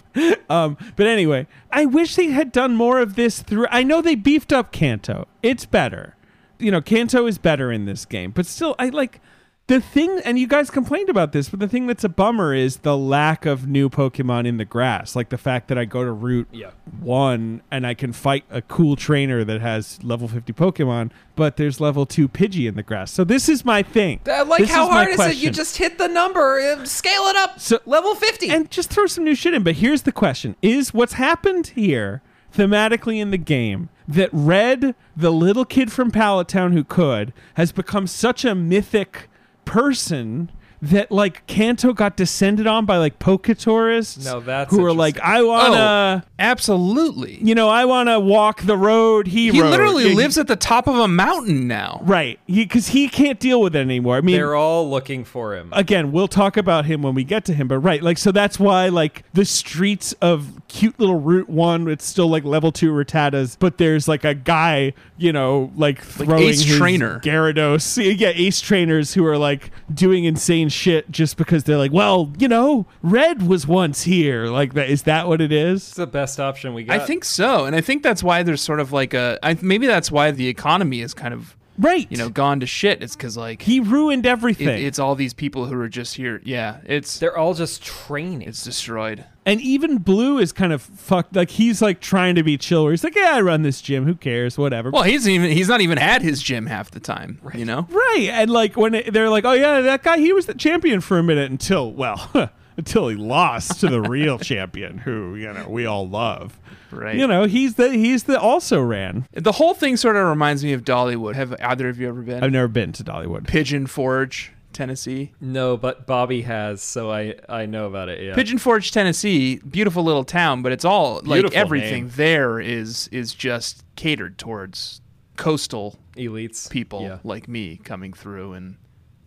[SPEAKER 3] Um, but anyway, I wish they had done more of this through. I know they beefed up Kanto. It's better. You know, Kanto is better in this game, but still, I like. The thing, and you guys complained about this, but the thing that's a bummer is the lack of new Pokemon in the grass. Like the fact that I go to Route
[SPEAKER 2] Yeah.
[SPEAKER 3] One and I can fight a cool trainer that has level 50 Pokemon, but there's level 2 Pidgey in the grass. So this is my thing.
[SPEAKER 2] Uh, Like
[SPEAKER 3] This
[SPEAKER 2] how
[SPEAKER 3] is my
[SPEAKER 2] hard is it? You
[SPEAKER 3] question.
[SPEAKER 2] just hit the number, uh, scale it up,
[SPEAKER 3] So-
[SPEAKER 2] level fifty.
[SPEAKER 3] and just throw some new shit in. But here's the question: Is what's happened here thematically in the game that Red, the little kid from Pallet Town who could, has become such a mythic person? That like Kanto got descended on by like Poketourists
[SPEAKER 2] No, that's
[SPEAKER 3] who are like, I wanna,
[SPEAKER 2] Oh,
[SPEAKER 1] Absolutely.
[SPEAKER 3] you know, I wanna walk the road he,
[SPEAKER 1] He
[SPEAKER 3] rode."
[SPEAKER 1] literally
[SPEAKER 3] Yeah, he-
[SPEAKER 1] lives at the top of a mountain now.
[SPEAKER 3] right because he, can't deal with it anymore. I mean,
[SPEAKER 2] They're all looking for him.
[SPEAKER 3] again, we'll talk about him when we get to him, but right, like so that's why like the streets of cute little Route One, it's still like level two Rattatas, but there's like a guy, you know, like throwing
[SPEAKER 1] Ace
[SPEAKER 3] his
[SPEAKER 1] Trainer.
[SPEAKER 3] Gyarados, *laughs* yeah, Ace Trainers who are like doing insane shit just because they're like, well, you know, Red was once here, like that is that what it is?
[SPEAKER 2] It's the best option we got.
[SPEAKER 1] I think so, and I think that's why there's sort of like a I, maybe that's why the economy is kind of
[SPEAKER 3] Right,
[SPEAKER 1] you know gone to shit. It's because like
[SPEAKER 3] he ruined
[SPEAKER 1] it,
[SPEAKER 3] everything.
[SPEAKER 1] it's all these people who are just here. Yeah, it's
[SPEAKER 2] they're all just training.
[SPEAKER 1] it's destroyed.
[SPEAKER 3] And even Blue is kind of fucked. Like he's like trying to be chill. Where he's like, "Yeah, I run this gym. Who cares? Whatever."
[SPEAKER 1] Well, he's even he's not even had his gym half the time. You know,
[SPEAKER 3] Right. And like when it, they're like, oh, yeah, that guy, he was the champion for a minute until, well, *laughs* until he lost to
[SPEAKER 1] *laughs*
[SPEAKER 3] the real champion who, you know, we all love.
[SPEAKER 1] Right.
[SPEAKER 3] You know, he's the, he's the also ran.
[SPEAKER 1] the whole thing sort of reminds me of Dollywood. Have either of you ever been?
[SPEAKER 3] I've never been to Dollywood.
[SPEAKER 1] Pigeon Forge, Tennessee.
[SPEAKER 2] no, but Bobby has, so I I know about it. Yeah.
[SPEAKER 1] Pigeon Forge, Tennessee, beautiful little town, but it's all like
[SPEAKER 2] Beautiful
[SPEAKER 1] everything
[SPEAKER 2] name.
[SPEAKER 1] there is is just catered towards coastal
[SPEAKER 2] elites
[SPEAKER 1] people
[SPEAKER 2] Yeah.
[SPEAKER 1] like me coming through and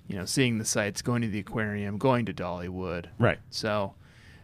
[SPEAKER 1] you know seeing the sights, going to the aquarium, going to Dollywood.
[SPEAKER 3] Right.
[SPEAKER 1] So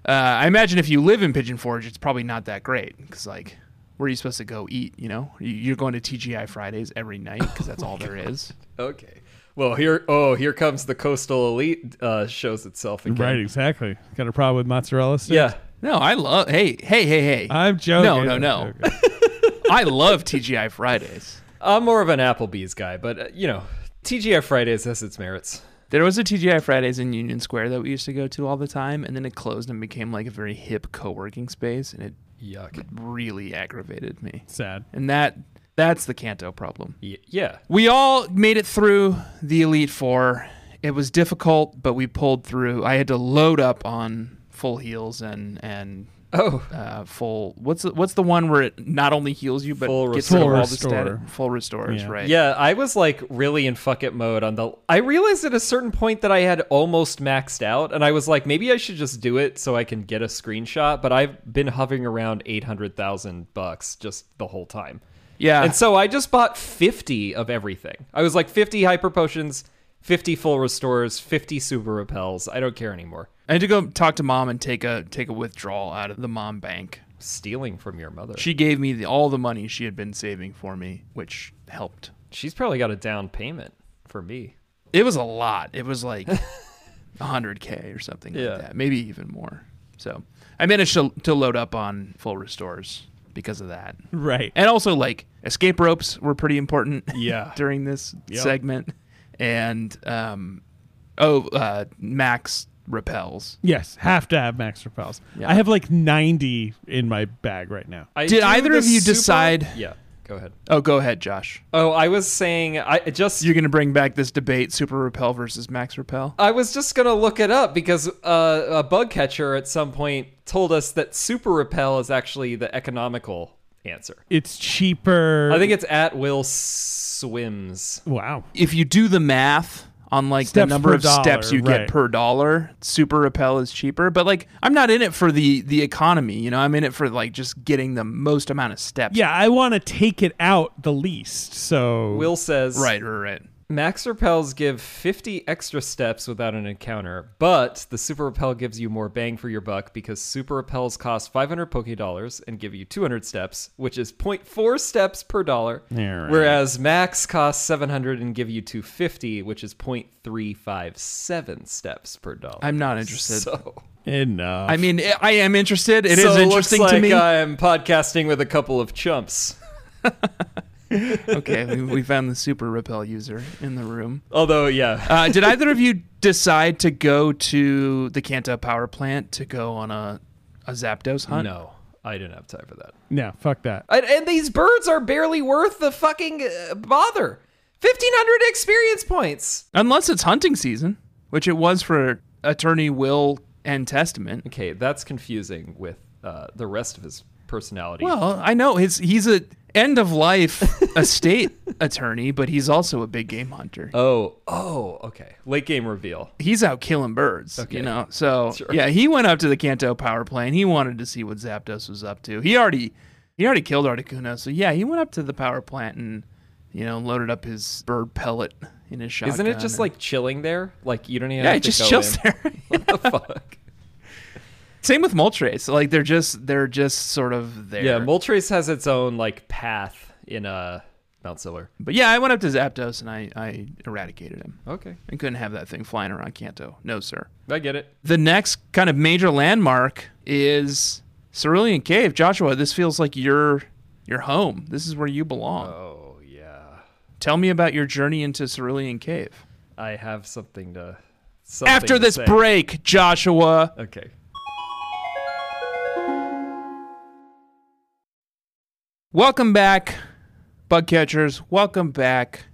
[SPEAKER 1] uh, I imagine if you live in Pigeon Forge, it's probably not that great because like. Where are you supposed to go eat? You know, You- you're going to TGI Fridays every night because
[SPEAKER 3] *laughs* Oh
[SPEAKER 1] that's all there is.
[SPEAKER 2] Okay. Well, here oh here comes the coastal elite uh, shows itself again.
[SPEAKER 3] Right, exactly. Got a problem with mozzarella sticks?
[SPEAKER 2] Yeah.
[SPEAKER 1] No, I love. Hey, hey, hey, hey!
[SPEAKER 3] I'm joking.
[SPEAKER 1] No, no,
[SPEAKER 3] I'm
[SPEAKER 1] no.
[SPEAKER 3] joking.
[SPEAKER 1] *laughs* I love TGI Fridays.
[SPEAKER 2] I'm more of an Applebee's guy, but uh, you know, TGI Fridays has its merits.
[SPEAKER 1] There was a TGI Fridays in Union Square that we used to go to all the time, and then it closed and became like a very hip co-working space, and it
[SPEAKER 2] Yuck.
[SPEAKER 1] really aggravated me. *laughs*
[SPEAKER 3] Sad.
[SPEAKER 1] And that that's the Kanto problem.
[SPEAKER 2] Y- yeah.
[SPEAKER 1] We all made it through the Elite Four. It was difficult, but we pulled through. I had to load up on full heals and and
[SPEAKER 2] Oh,
[SPEAKER 1] uh, full. What's the, what's the one where it not only heals you but
[SPEAKER 2] Full
[SPEAKER 1] gets
[SPEAKER 2] restore.
[SPEAKER 1] rid of all
[SPEAKER 3] Full
[SPEAKER 1] the
[SPEAKER 3] restore.
[SPEAKER 1] static? Full restores,
[SPEAKER 3] Yeah.
[SPEAKER 1] right?
[SPEAKER 2] yeah. I was like really in fuck it mode on the. I realized at a certain point that I had almost maxed out, and I was like, maybe I should just do it so I can get a screenshot. But I've been hovering around eight hundred thousand bucks just the whole time.
[SPEAKER 1] yeah.
[SPEAKER 2] And so I just bought 50 of everything. I was like 50 hyper potions, 50 full restores, 50 super repels. I don't care anymore.
[SPEAKER 1] I had to go talk to mom and take a take a withdrawal out of the mom bank.
[SPEAKER 2] Stealing from your mother.
[SPEAKER 1] She gave me the, all the money she had been saving for me, which helped.
[SPEAKER 2] She's probably got a down payment for me.
[SPEAKER 1] It was a lot. It was
[SPEAKER 3] *laughs*
[SPEAKER 1] like 100k or something
[SPEAKER 2] Yeah.
[SPEAKER 1] like that, maybe even more. So I managed to, to load up on full restores because of that,
[SPEAKER 3] Right.
[SPEAKER 1] and also like escape ropes were pretty important. *laughs*
[SPEAKER 3] Yeah.
[SPEAKER 1] during this
[SPEAKER 3] Yep.
[SPEAKER 1] segment, and um, oh, uh, max repels.
[SPEAKER 3] Yes, have to have max repels.
[SPEAKER 1] Yeah.
[SPEAKER 3] I have like 90 in my bag right now.
[SPEAKER 2] I
[SPEAKER 1] Did
[SPEAKER 2] do
[SPEAKER 1] either
[SPEAKER 2] the
[SPEAKER 1] of you
[SPEAKER 2] super-
[SPEAKER 1] decide-
[SPEAKER 2] Yeah, go ahead.
[SPEAKER 1] Oh, go ahead, Josh.
[SPEAKER 2] Oh, I was saying, I it just.
[SPEAKER 1] You're gonna bring back this debate: super repel versus max repel.
[SPEAKER 2] I was just gonna look it up because uh, a bug catcher at some point told us that super repel is actually the economical answer.
[SPEAKER 3] It's cheaper.
[SPEAKER 2] I think it's at will swims.
[SPEAKER 3] Wow.
[SPEAKER 1] if you do the math on like the
[SPEAKER 3] Steps
[SPEAKER 1] number
[SPEAKER 3] per
[SPEAKER 1] of steps
[SPEAKER 3] dollar,
[SPEAKER 1] you
[SPEAKER 3] right.
[SPEAKER 1] get per dollar, super repel is cheaper. But like I'm not in it for the the economy, you know, I'm in it for like just getting the most amount of steps.
[SPEAKER 3] Yeah, I want to take it out the least. So
[SPEAKER 2] Will says,
[SPEAKER 1] Right, right, right.
[SPEAKER 2] Max repels give 50 extra steps without an encounter, but the super repel gives you more bang for your buck because super repels cost 500 Poké dollars and give you 200 steps, which is 0.4 steps per dollar.
[SPEAKER 3] Yeah, right.
[SPEAKER 2] Whereas max costs 700 and give you 250, which is 0.357 steps per dollar.
[SPEAKER 1] I'm not interested.
[SPEAKER 2] So
[SPEAKER 3] enough.
[SPEAKER 1] I mean, eh, I- I am interested. It is
[SPEAKER 2] So it looks
[SPEAKER 3] uh,
[SPEAKER 1] *laughs* interesting
[SPEAKER 2] like
[SPEAKER 1] to me.
[SPEAKER 2] I'm podcasting with a couple of chumps.
[SPEAKER 1] Okay, we, we found the super repel user in the room.
[SPEAKER 2] Although, yeah,
[SPEAKER 1] Uh, did either of you decide to go to the Kanta power plant to go on a, a Zapdos hunt?
[SPEAKER 2] no, I didn't have time for that.
[SPEAKER 3] No, fuck that.
[SPEAKER 2] And, and these birds are barely worth the fucking uh, bother. Fifteen hundred experience points.
[SPEAKER 1] Unless it's hunting season, which it was for attorney Will and Testament.
[SPEAKER 2] Okay, that's confusing with uh, the rest of his personality.
[SPEAKER 1] Well, I know his he's a end of
[SPEAKER 2] *laughs*
[SPEAKER 1] life estate attorney, but he's also a big game hunter.
[SPEAKER 2] oh, oh, okay. Late game reveal.
[SPEAKER 1] he's out killing birds,
[SPEAKER 2] Okay.
[SPEAKER 1] you know. So
[SPEAKER 2] Sure.
[SPEAKER 1] yeah, he went up to the Kanto power plant. He wanted to see what Zapdos was up to. He already he already killed Articuno, so yeah, he went up to the power plant and you know loaded up his bird pellet in his shotgun.
[SPEAKER 2] Isn't it just
[SPEAKER 1] and-
[SPEAKER 2] like chilling there? Like you don't even.
[SPEAKER 1] yeah,
[SPEAKER 2] have
[SPEAKER 1] it
[SPEAKER 2] to
[SPEAKER 1] just
[SPEAKER 2] go
[SPEAKER 1] chills
[SPEAKER 2] in.
[SPEAKER 1] there. *laughs*
[SPEAKER 2] What the fuck?
[SPEAKER 1] Same with Moltres. Like they're just they're just sort of there.
[SPEAKER 2] *laughs* Yeah, Moltres has its own like path in uh Mount Silver.
[SPEAKER 1] but yeah, I went up to Zapdos and I I eradicated him.
[SPEAKER 2] Okay,
[SPEAKER 1] I couldn't have that thing flying around Kanto. No, sir.
[SPEAKER 2] I get it.
[SPEAKER 1] the next kind of major landmark is Cerulean Cave. Joshua, this feels like your your home. This is where you belong.
[SPEAKER 2] Oh yeah,
[SPEAKER 1] Tell me about your journey into Cerulean Cave.
[SPEAKER 2] I have something to. Something
[SPEAKER 1] After
[SPEAKER 2] to
[SPEAKER 1] this
[SPEAKER 2] say.
[SPEAKER 1] break, Joshua.
[SPEAKER 2] Okay.
[SPEAKER 1] Welcome back, bug catchers. Welcome back,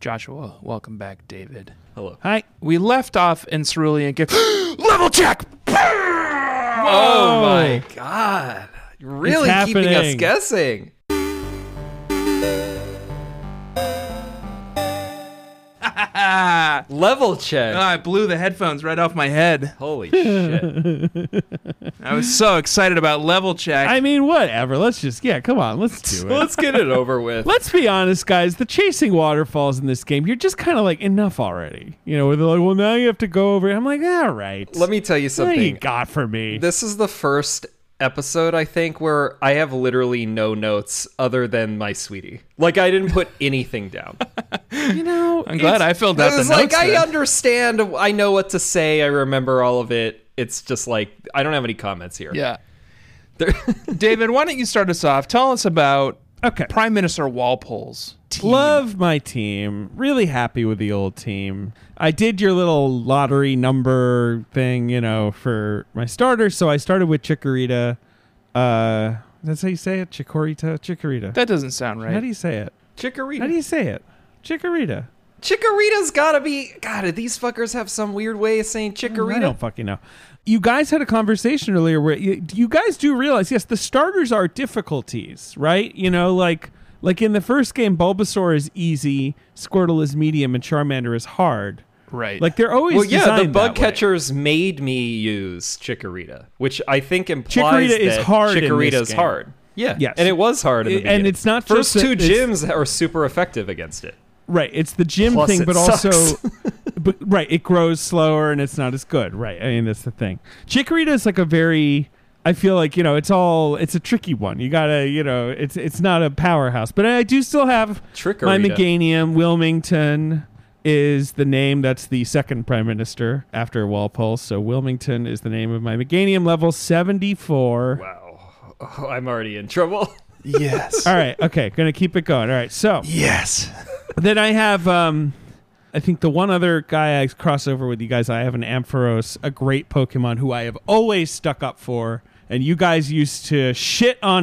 [SPEAKER 1] Joshua. Welcome back, David.
[SPEAKER 2] Hello.
[SPEAKER 3] Hi.
[SPEAKER 1] We left off in Cerulean Cave. *gasps* Level check.
[SPEAKER 2] Oh my god. You're Really
[SPEAKER 3] It's
[SPEAKER 2] keeping us
[SPEAKER 3] happening.
[SPEAKER 2] guessing.
[SPEAKER 1] Ah,
[SPEAKER 2] Level check.
[SPEAKER 1] I blew the headphones right off my head.
[SPEAKER 2] Holy
[SPEAKER 3] *laughs*
[SPEAKER 2] shit.
[SPEAKER 1] I was so excited about level check.
[SPEAKER 3] I mean, whatever. Let's just yeah. Come on, let's do it.
[SPEAKER 2] Let's get it over with.
[SPEAKER 3] Let's be honest, guys. The chasing waterfalls in this game, you're just kind of like enough already. You know, where they're like, well, now you have to go over. I'm like, all right.
[SPEAKER 2] Let me tell you
[SPEAKER 3] What do you
[SPEAKER 2] something.
[SPEAKER 3] got for me?
[SPEAKER 2] This is the first episode I think where I have literally no notes other than my sweetie. Like I didn't put anything
[SPEAKER 3] *laughs*
[SPEAKER 2] down.
[SPEAKER 3] you know,
[SPEAKER 1] I'm glad I filled out the
[SPEAKER 2] It's
[SPEAKER 1] notes.
[SPEAKER 2] like I
[SPEAKER 1] then.
[SPEAKER 2] understand. I know what to say. I remember all of it. It's just like I don't have any comments here.
[SPEAKER 1] Yeah.
[SPEAKER 2] There-
[SPEAKER 1] David, why don't you start us off? Tell us about
[SPEAKER 3] okay.
[SPEAKER 1] Prime Minister Walpole's team.
[SPEAKER 3] Love my team. Really happy with the old team. I did your little lottery number thing, you know, for my starter. So I started with Chikorita. Uh, that's how you say it, Chikorita. Chikorita.
[SPEAKER 1] That doesn't sound
[SPEAKER 3] How do
[SPEAKER 1] right.
[SPEAKER 3] you say it? How do
[SPEAKER 2] *laughs* Chikorita.
[SPEAKER 3] you say it? Chikorita.
[SPEAKER 2] Chikorita's gotta be. God, these fuckers have some weird way of saying Chikorita.
[SPEAKER 3] I don't fucking know. You guys had a conversation earlier where you, you guys do realize, yes, the starters are difficulties, right? You know, like like in the first game, Bulbasaur is easy, Squirtle is medium, and Charmander is hard.
[SPEAKER 1] Right. *laughs*
[SPEAKER 3] Like they're always
[SPEAKER 2] Well, yeah, the
[SPEAKER 3] designed
[SPEAKER 2] bug
[SPEAKER 3] that way.
[SPEAKER 2] catchers made me use Chikorita, which I think implies
[SPEAKER 3] Chikorita is
[SPEAKER 2] that
[SPEAKER 3] hard in
[SPEAKER 2] Chikorita
[SPEAKER 3] this
[SPEAKER 2] is
[SPEAKER 3] game.
[SPEAKER 2] hard. Yeah,
[SPEAKER 3] Yes.
[SPEAKER 2] and it was hard. In the
[SPEAKER 3] And
[SPEAKER 2] beginning.
[SPEAKER 3] it's not
[SPEAKER 2] first
[SPEAKER 3] just
[SPEAKER 2] two
[SPEAKER 3] that it's-
[SPEAKER 2] gyms are super effective against it.
[SPEAKER 3] Right. It's the gym
[SPEAKER 2] Plus
[SPEAKER 3] thing,
[SPEAKER 2] it
[SPEAKER 3] but
[SPEAKER 2] *laughs*
[SPEAKER 3] also,
[SPEAKER 2] sucks.
[SPEAKER 3] but right, it grows slower and it's not as good. Right. I mean, that's the thing. Chikorita is like a very. I feel like you know it's all it's a tricky one. You gotta you know it's it's not a powerhouse, but I do still have my
[SPEAKER 2] Chikorita.
[SPEAKER 3] Meganium. Wilmington is the name. That's the second prime minister after Walpole. So Wilmington is the name of my Meganium level seventy four.
[SPEAKER 2] Wow, oh, I'm already in trouble.
[SPEAKER 1] yes.
[SPEAKER 3] All right. Okay. Gonna keep it going. All right. So.
[SPEAKER 1] Yes.
[SPEAKER 3] then I have um I think the one other guy I cross over with you guys, I have an Ampharos, a great Pokemon who I have always stuck up for. And you guys used to shit on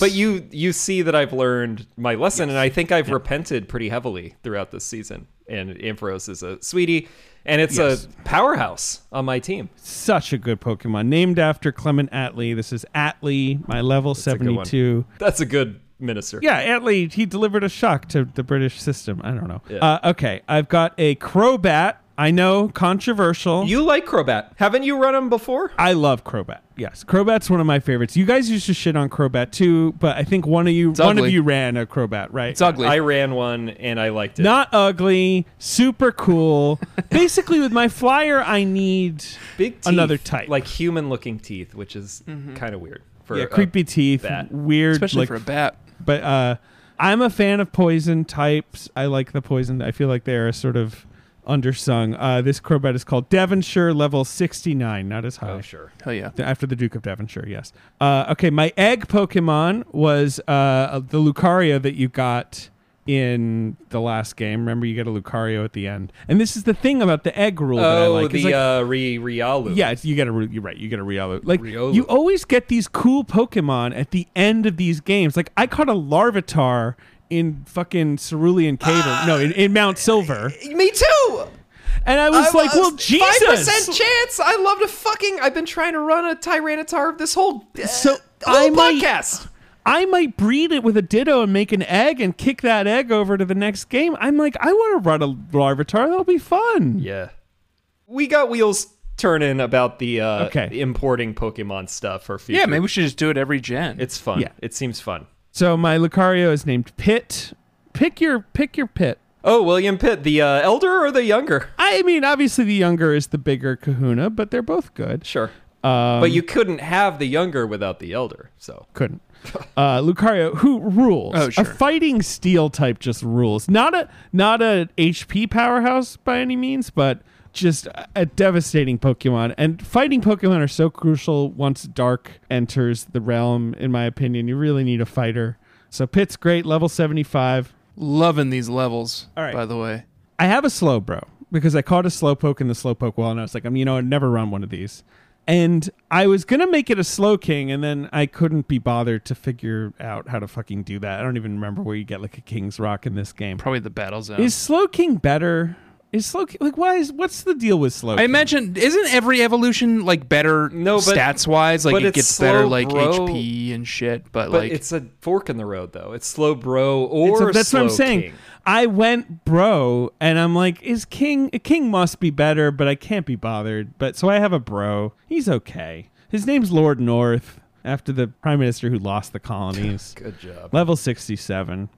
[SPEAKER 2] *laughs* But you you see that I've learned my lesson, and I think I've repented pretty heavily throughout this season. And Ampharos is a sweetie, and it's
[SPEAKER 3] Yes.
[SPEAKER 2] a powerhouse on my team.
[SPEAKER 3] such a good Pokemon. Named after Clement Attlee. This is Attlee, my level
[SPEAKER 2] a good one.
[SPEAKER 3] 72.
[SPEAKER 2] That's a good minister.
[SPEAKER 3] Yeah, Attlee, he delivered a shock to the British system. I don't know.
[SPEAKER 2] Yeah.
[SPEAKER 3] Uh, okay, I've got a Crobat. I know, controversial.
[SPEAKER 2] You like Crobat? Haven't you run him before?
[SPEAKER 3] I love Crobat. Yes, Crobat's one of my favorites. You guys used to shit on Crobat too, but I think one of you one
[SPEAKER 1] ugly.
[SPEAKER 3] of you ran a Crobat, right?
[SPEAKER 1] It's ugly.
[SPEAKER 2] I ran one and I liked it.
[SPEAKER 3] Not ugly, super
[SPEAKER 1] *laughs*
[SPEAKER 3] cool. Basically, with my flyer, I need
[SPEAKER 2] big teeth,
[SPEAKER 3] another type.
[SPEAKER 2] like human looking teeth which is kind of weird for
[SPEAKER 3] yeah,
[SPEAKER 2] a-
[SPEAKER 3] creepy teeth,
[SPEAKER 2] bat.
[SPEAKER 3] weird,
[SPEAKER 1] Especially
[SPEAKER 3] like,
[SPEAKER 1] for a bat.
[SPEAKER 3] but uh, I'm a fan of poison types. I like the poison. I feel like they are sort of undersung. Uh, this Crobat is called Devonshire level 69, not as high.
[SPEAKER 2] Oh, sure.
[SPEAKER 1] Hell yeah.
[SPEAKER 3] The- After the Duke of Devonshire, yes. Uh, okay, my egg Pokemon was uh, the Lucario that you got in the last game. Remember, you get a Lucario at the end. And this is the thing about the egg rule that I
[SPEAKER 2] Oh,
[SPEAKER 3] like.
[SPEAKER 2] the
[SPEAKER 3] It's like-
[SPEAKER 2] uh, Ri Rialu.
[SPEAKER 3] yeah, it's, you get a re- you're right. You get a Riolu. Like
[SPEAKER 2] Riolu.
[SPEAKER 3] you always get these cool Pokemon at the end of these games. Like I caught a Larvitar in fucking Cerulean Cave, or, no, in, in Mount Silver,
[SPEAKER 2] Me too.
[SPEAKER 3] and I was like, well,
[SPEAKER 2] Five percent
[SPEAKER 3] Jesus.
[SPEAKER 2] chance. I love to fucking. I've been trying to run a Tyranitar this whole uh,
[SPEAKER 3] So
[SPEAKER 2] whole
[SPEAKER 3] I might-
[SPEAKER 2] podcast.
[SPEAKER 3] I might breed it with a Ditto and make an egg and kick that egg over to the next game. I'm like, I want to run a Larvitar. That'll be fun.
[SPEAKER 2] Yeah. We got wheels turning about the uh,
[SPEAKER 3] Okay.
[SPEAKER 2] importing Pokemon stuff for future.
[SPEAKER 1] Yeah, maybe we should just do it every gen.
[SPEAKER 2] It's fun.
[SPEAKER 3] Yeah.
[SPEAKER 2] It seems fun.
[SPEAKER 3] So my Lucario is named Pit. Pick your pick your pit.
[SPEAKER 2] Oh, William Pitt, the uh, elder or the younger?
[SPEAKER 3] I mean, obviously the younger is the bigger Kahuna, but they're both good.
[SPEAKER 2] Sure.
[SPEAKER 3] Um,
[SPEAKER 2] but you couldn't have the younger without the elder. So
[SPEAKER 3] couldn't. Uh, Lucario, who rules?
[SPEAKER 1] Oh, sure.
[SPEAKER 3] A fighting steel type just rules. Not a not a HP powerhouse by any means, but just a- a devastating Pokemon. And fighting Pokemon are so crucial once Dark enters the realm. In my opinion, you really need a fighter. So Pitt's great, level seventy five.
[SPEAKER 1] Loving these levels,
[SPEAKER 3] All right.
[SPEAKER 1] by the way.
[SPEAKER 3] I have a slow bro because I caught a slowpoke in the slowpoke well, and I was like, I'm you know, I'd never run one of these. And I was gonna make it a slow king, and then I couldn't be bothered to figure out how to fucking do that. I don't even remember where you get like a king's rock in this game.
[SPEAKER 1] Probably the battle zone.
[SPEAKER 3] Is slow king better? Is slow king like why is what's the deal with slow?
[SPEAKER 1] I
[SPEAKER 3] king?
[SPEAKER 1] imagine isn't every evolution like better
[SPEAKER 2] No, but-
[SPEAKER 1] stats wise? Like
[SPEAKER 2] but
[SPEAKER 1] it
[SPEAKER 2] it's
[SPEAKER 1] gets better
[SPEAKER 2] slow,
[SPEAKER 1] like
[SPEAKER 2] bro.
[SPEAKER 1] HP and shit, but,
[SPEAKER 2] but
[SPEAKER 1] like
[SPEAKER 2] it's a fork in the road though. It's slow bro or
[SPEAKER 3] It's a- that's what I'm
[SPEAKER 2] slow
[SPEAKER 3] saying.
[SPEAKER 2] king.
[SPEAKER 3] I went bro, and I'm like, is king a king must be better, but I can't be bothered. But so I have a bro. He's okay. His name's Lord North, after the prime minister who lost
[SPEAKER 2] *laughs*
[SPEAKER 3] the colonies.
[SPEAKER 2] Good job.
[SPEAKER 3] Level 67.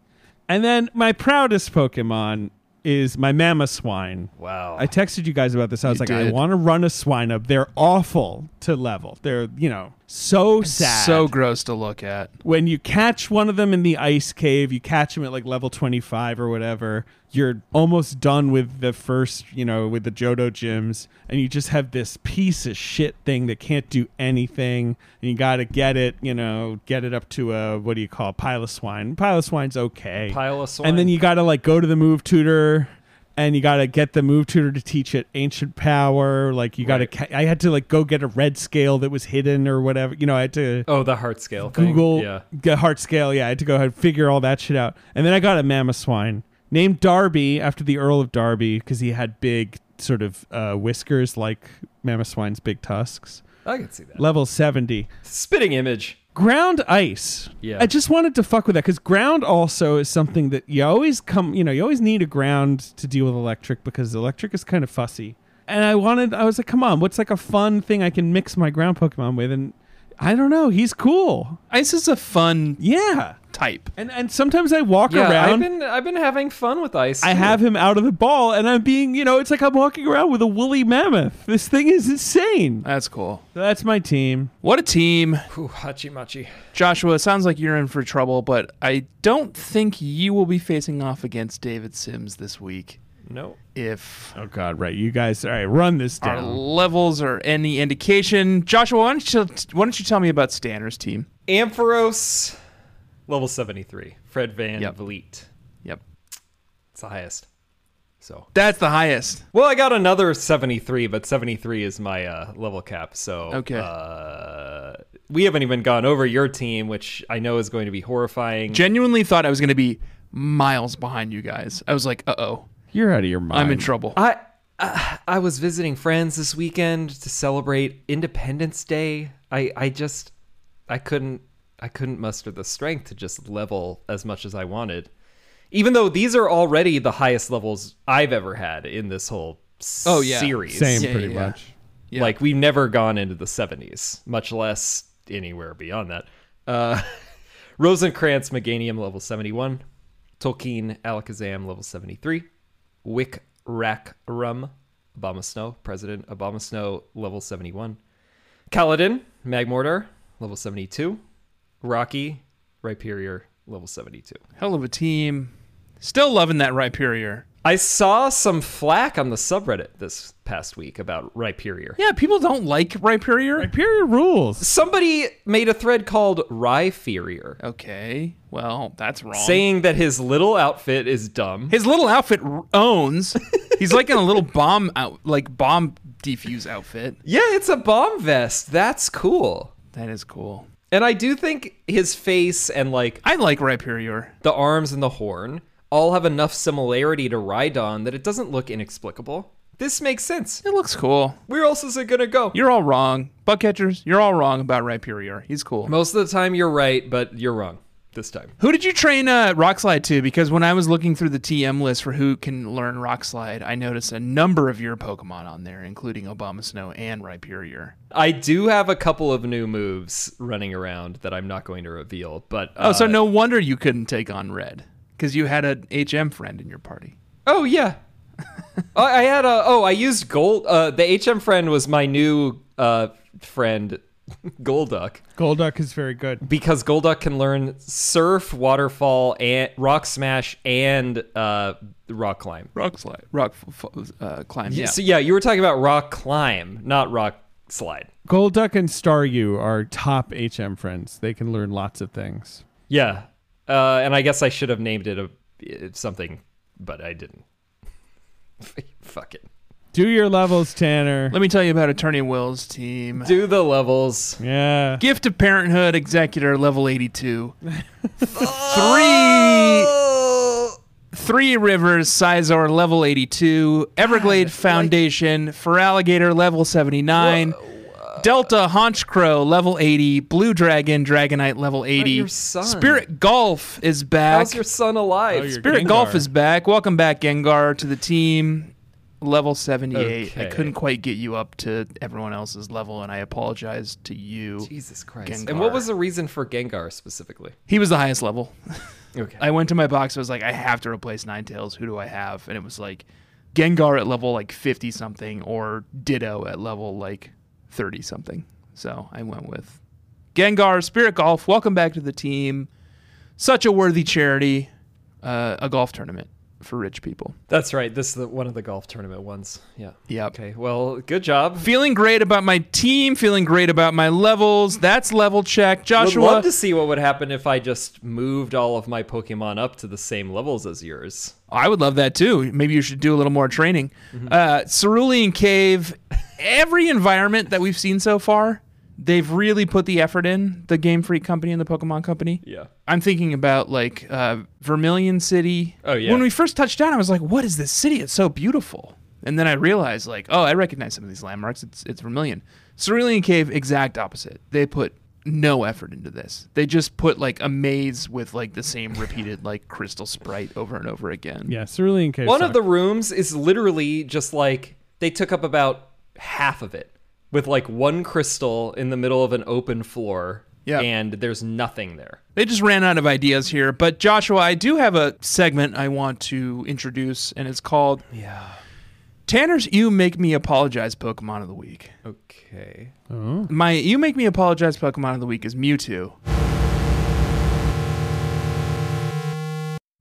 [SPEAKER 3] And then my proudest Pokemon is my Mamma Swine.
[SPEAKER 2] Wow.
[SPEAKER 3] I texted you guys about this. I was like, I
[SPEAKER 1] did.
[SPEAKER 3] want to run a swine up. They're awful to level. They're, you know, so sad
[SPEAKER 1] so gross to look at.
[SPEAKER 3] when you catch one of them in the ice cave, you catch them at like level 25 or whatever, you're almost done with the first, you know, with the Johto gyms, and you just have this piece of shit thing that can't do anything, and you got to get it, you know, get it up to a, what do you call, it, pile of swine. Pile of swine's okay.
[SPEAKER 2] Pile of swine.
[SPEAKER 3] And then you got to like go to the move tutor. And you gotta get the move tutor to teach it ancient power. Like you gotta, ca- I had to like go get a red scale that was hidden or whatever. You know, I had to.
[SPEAKER 2] oh the heart scale. thing.
[SPEAKER 3] Google
[SPEAKER 2] Yeah.
[SPEAKER 3] get heart scale. Yeah, I had to go ahead and figure all that shit out. And then I got a mammoth swine named Darby after the Earl of Darby because he had big sort of uh, whiskers like mammoth swine's big tusks.
[SPEAKER 2] I can see that.
[SPEAKER 3] Level 70.
[SPEAKER 2] Spitting image.
[SPEAKER 3] Ground ice.
[SPEAKER 2] Yeah.
[SPEAKER 3] I just wanted to fuck with that because ground also is something that you always come, you know, you always need a ground to deal with electric because electric is kind of fussy. And I wanted, I was like, come on, what's like a fun thing I can mix my ground Pokemon with? And I don't know, he's cool.
[SPEAKER 1] Ice is a fun
[SPEAKER 3] Yeah.
[SPEAKER 1] type.
[SPEAKER 3] And and sometimes I walk
[SPEAKER 2] Yeah, I've
[SPEAKER 3] around.
[SPEAKER 2] been I've been having fun with ice.
[SPEAKER 3] I
[SPEAKER 2] too.
[SPEAKER 3] have him out of the ball, and I'm being, you know, it's like I'm walking around with a woolly mammoth. This thing is insane.
[SPEAKER 1] That's cool.
[SPEAKER 3] So that's my team.
[SPEAKER 1] What a team.
[SPEAKER 2] Ooh, hachi machi.
[SPEAKER 1] Joshua, it sounds like you're in for trouble, but I don't think you will be facing off against David Sims this week
[SPEAKER 2] No.
[SPEAKER 1] if
[SPEAKER 3] Oh God, right? You guys, all right, run this
[SPEAKER 1] our levels are any indication. Joshua, why don't you, why don't you tell me about Stanner's team?
[SPEAKER 2] Ampharos, level 73. Fred Van
[SPEAKER 1] Yep.
[SPEAKER 2] Vliet.
[SPEAKER 1] Yep.
[SPEAKER 2] It's the highest. So,
[SPEAKER 1] That's the highest.
[SPEAKER 2] well, I got another 73, but 73 is my uh, level cap. So,
[SPEAKER 1] Okay.
[SPEAKER 2] uh, we haven't even gone over your team, which I know is going to be horrifying.
[SPEAKER 1] Genuinely thought I was going to be miles behind you guys. I was like, uh oh,
[SPEAKER 3] You're out of your mind.
[SPEAKER 1] I'm in trouble.
[SPEAKER 2] I uh, I was visiting friends this weekend to celebrate Independence Day. I I just I couldn't I couldn't muster the strength to just level as much as I wanted. Even though these are already the highest levels I've ever had in this whole s-
[SPEAKER 1] Oh, yeah.
[SPEAKER 2] series.
[SPEAKER 3] Same,
[SPEAKER 1] Yeah,
[SPEAKER 3] pretty
[SPEAKER 1] yeah, yeah.
[SPEAKER 3] much.
[SPEAKER 1] Yeah.
[SPEAKER 2] Like we've never gone into the 70s, much less anywhere beyond that. Uh, *laughs* Rosencrantz Meganium level 71, Tolkien Alakazam level 73, Wick Rack Rum Obama Snow, President Obama Snow level 71, Kaladin Magmortar level 72, Rocky Rhyperior level 72.
[SPEAKER 1] Hell of a team. Still loving that Rhyperior.
[SPEAKER 2] I saw some flack on the subreddit this past week about Rhyperior.
[SPEAKER 1] Yeah, people don't like Rhyperior.
[SPEAKER 3] Imperial rules.
[SPEAKER 2] Somebody made a thread called Rhyferior,
[SPEAKER 1] Okay, well, that's wrong.
[SPEAKER 2] saying that his little outfit is dumb.
[SPEAKER 1] His little outfit r- owns. He's like in a little bomb out, like bomb defuse outfit.
[SPEAKER 2] Yeah, it's a bomb vest. That's cool.
[SPEAKER 1] That is cool.
[SPEAKER 2] And I do think his face and like
[SPEAKER 1] I like Rhyperior.
[SPEAKER 2] the arms and the horn all have enough similarity to Rhydon that it doesn't look inexplicable. This makes sense.
[SPEAKER 1] It looks cool.
[SPEAKER 2] Where else is it gonna go?
[SPEAKER 1] You're all wrong, bug catchers. You're all wrong about Rhyperior. He's cool.
[SPEAKER 2] Most of the time you're right, but you're wrong this time.
[SPEAKER 1] Who did you train uh, Rockslide to? Because when I was looking through the TM list for who can learn Rockslide, I noticed a number of your Pokemon on there, including Obama Snow and Rhyperior.
[SPEAKER 2] I do have a couple of new moves running around that I'm not going to reveal, but
[SPEAKER 1] Oh, so no wonder you couldn't take on Red because you had an HM friend in your party.
[SPEAKER 2] Oh yeah. I I had a oh I used gold. Uh, the HM friend was my new uh, friend, Golduck,
[SPEAKER 3] Golduck is very good.
[SPEAKER 2] because Golduck can learn surf, waterfall, and rock smash, and uh, rock climb.
[SPEAKER 1] Rock slide, rock f- f- uh, climb.
[SPEAKER 2] Yeah.
[SPEAKER 1] Yeah.
[SPEAKER 2] So yeah, you were talking about rock climb, not rock slide.
[SPEAKER 3] Golduck and Staryu are top HM friends. They can learn lots of things.
[SPEAKER 2] Yeah, uh, and I guess I should have named it a it's something, but I didn't. *laughs* Fuck it.
[SPEAKER 3] Do your levels, Tanner.
[SPEAKER 1] Let me tell you about Attorney Will's team.
[SPEAKER 2] Do the levels.
[SPEAKER 3] Yeah.
[SPEAKER 1] Gift of Parenthood Executor level
[SPEAKER 2] *laughs*
[SPEAKER 1] 82. three Three Rivers Sizor level 82, Everglade Foundation for Alligator level 79, Delta Haunch Crow level 80, Blue Dragon Dragonite level 80.
[SPEAKER 2] your son.
[SPEAKER 1] Spirit Golf is back.
[SPEAKER 2] How's your son alive?
[SPEAKER 3] Oh, you're-
[SPEAKER 1] Spirit Golf
[SPEAKER 3] Gengar?
[SPEAKER 1] is back. Welcome back Gengar to the team. Level 78. I
[SPEAKER 2] Okay.
[SPEAKER 1] couldn't quite get you up to everyone else's level and I apologize to you.
[SPEAKER 2] Jesus Christ.
[SPEAKER 1] Gengar.
[SPEAKER 2] And what was the reason for Gengar specifically?
[SPEAKER 1] He was the highest level.
[SPEAKER 2] Okay.
[SPEAKER 1] I went to my box. I was like, I have to replace Ninetales. Who do I have? And it was like Gengar at level like 50 something or Ditto at level like 30 something. So I went with Gengar, Spirit Golf. Welcome back to the team. Such a worthy charity. Uh, a golf tournament for rich people.
[SPEAKER 2] That's right. This is the, one of the golf tournament ones. Yeah.
[SPEAKER 1] Yep.
[SPEAKER 2] Okay. Well, good job.
[SPEAKER 1] Feeling great about my team. Feeling great about my levels. That's level check.
[SPEAKER 2] Would
[SPEAKER 1] Joshua.
[SPEAKER 2] love to see what would happen if I just moved all of my Pokemon up to the same levels as yours.
[SPEAKER 1] I would love that too. Maybe you should do a little more training.
[SPEAKER 2] Mm-hmm.
[SPEAKER 1] Uh, Cerulean Cave, every environment that we've seen so far, they've really put the effort in. The Game Freak company and the Pokemon company.
[SPEAKER 2] Yeah.
[SPEAKER 1] I'm thinking about like uh, Vermilion City.
[SPEAKER 2] Oh, yeah.
[SPEAKER 1] When we first touched down, I was like, "What is this city? It's so beautiful." And then I realized, like, oh, I recognize some of these landmarks. It's it's Vermilion. Cerulean Cave, exact opposite. They put no effort into this. They just put like a maze with like the same repeated *laughs* like crystal sprite over and over again.
[SPEAKER 3] Yeah, Cerulean Cave.
[SPEAKER 2] One
[SPEAKER 3] sucks.
[SPEAKER 2] of the rooms is literally just like they took up about half of it with like one crystal in the middle of an open floor.
[SPEAKER 1] Yeah.
[SPEAKER 2] And there's nothing there.
[SPEAKER 1] They just ran out of ideas here. But Joshua, I do have a segment I want to introduce, and it's called
[SPEAKER 2] Yeah.
[SPEAKER 1] Tanner's You Make Me Apologize Pokemon of the Week.
[SPEAKER 2] Okay.
[SPEAKER 1] My You Make Me Apologize Pokemon of the Week is Mewtwo.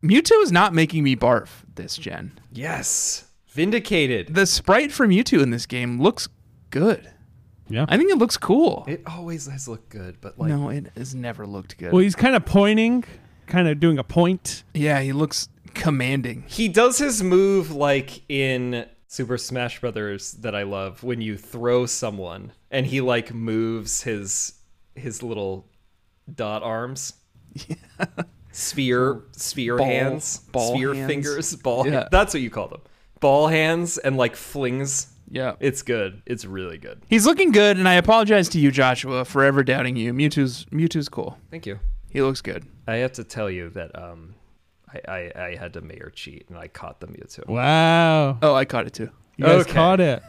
[SPEAKER 1] Mewtwo is not making me barf this gen.
[SPEAKER 2] Yes. Vindicated.
[SPEAKER 1] The sprite for Mewtwo in this game looks good.
[SPEAKER 3] Yeah.
[SPEAKER 1] I think it looks cool.
[SPEAKER 2] It always has looked good, but like
[SPEAKER 1] no, it has never looked good.
[SPEAKER 3] Well, he's kind of pointing, kind of doing a point.
[SPEAKER 1] yeah, he looks commanding.
[SPEAKER 2] he does his move like in Super Smash Brothers that I love when you throw someone and he like moves his his little dot arms. Sphere sphere
[SPEAKER 1] Ball-
[SPEAKER 2] hands,
[SPEAKER 1] ball
[SPEAKER 2] sphere
[SPEAKER 1] hands.
[SPEAKER 2] fingers, ball
[SPEAKER 1] Yeah.
[SPEAKER 2] hand- That's what you call them. Ball hands and like flings.
[SPEAKER 1] Yeah.
[SPEAKER 2] It's good. It's really good.
[SPEAKER 1] He's looking good, and I apologize to you, Joshua, for ever doubting you. Mewtwo's Mewtwo's cool.
[SPEAKER 2] Thank you.
[SPEAKER 1] He looks good.
[SPEAKER 2] I have to tell you that um I, I, I had to mayor cheat and I caught the Mewtwo.
[SPEAKER 3] Wow.
[SPEAKER 1] Oh, I caught it too.
[SPEAKER 3] You guys
[SPEAKER 2] Okay.
[SPEAKER 3] caught it.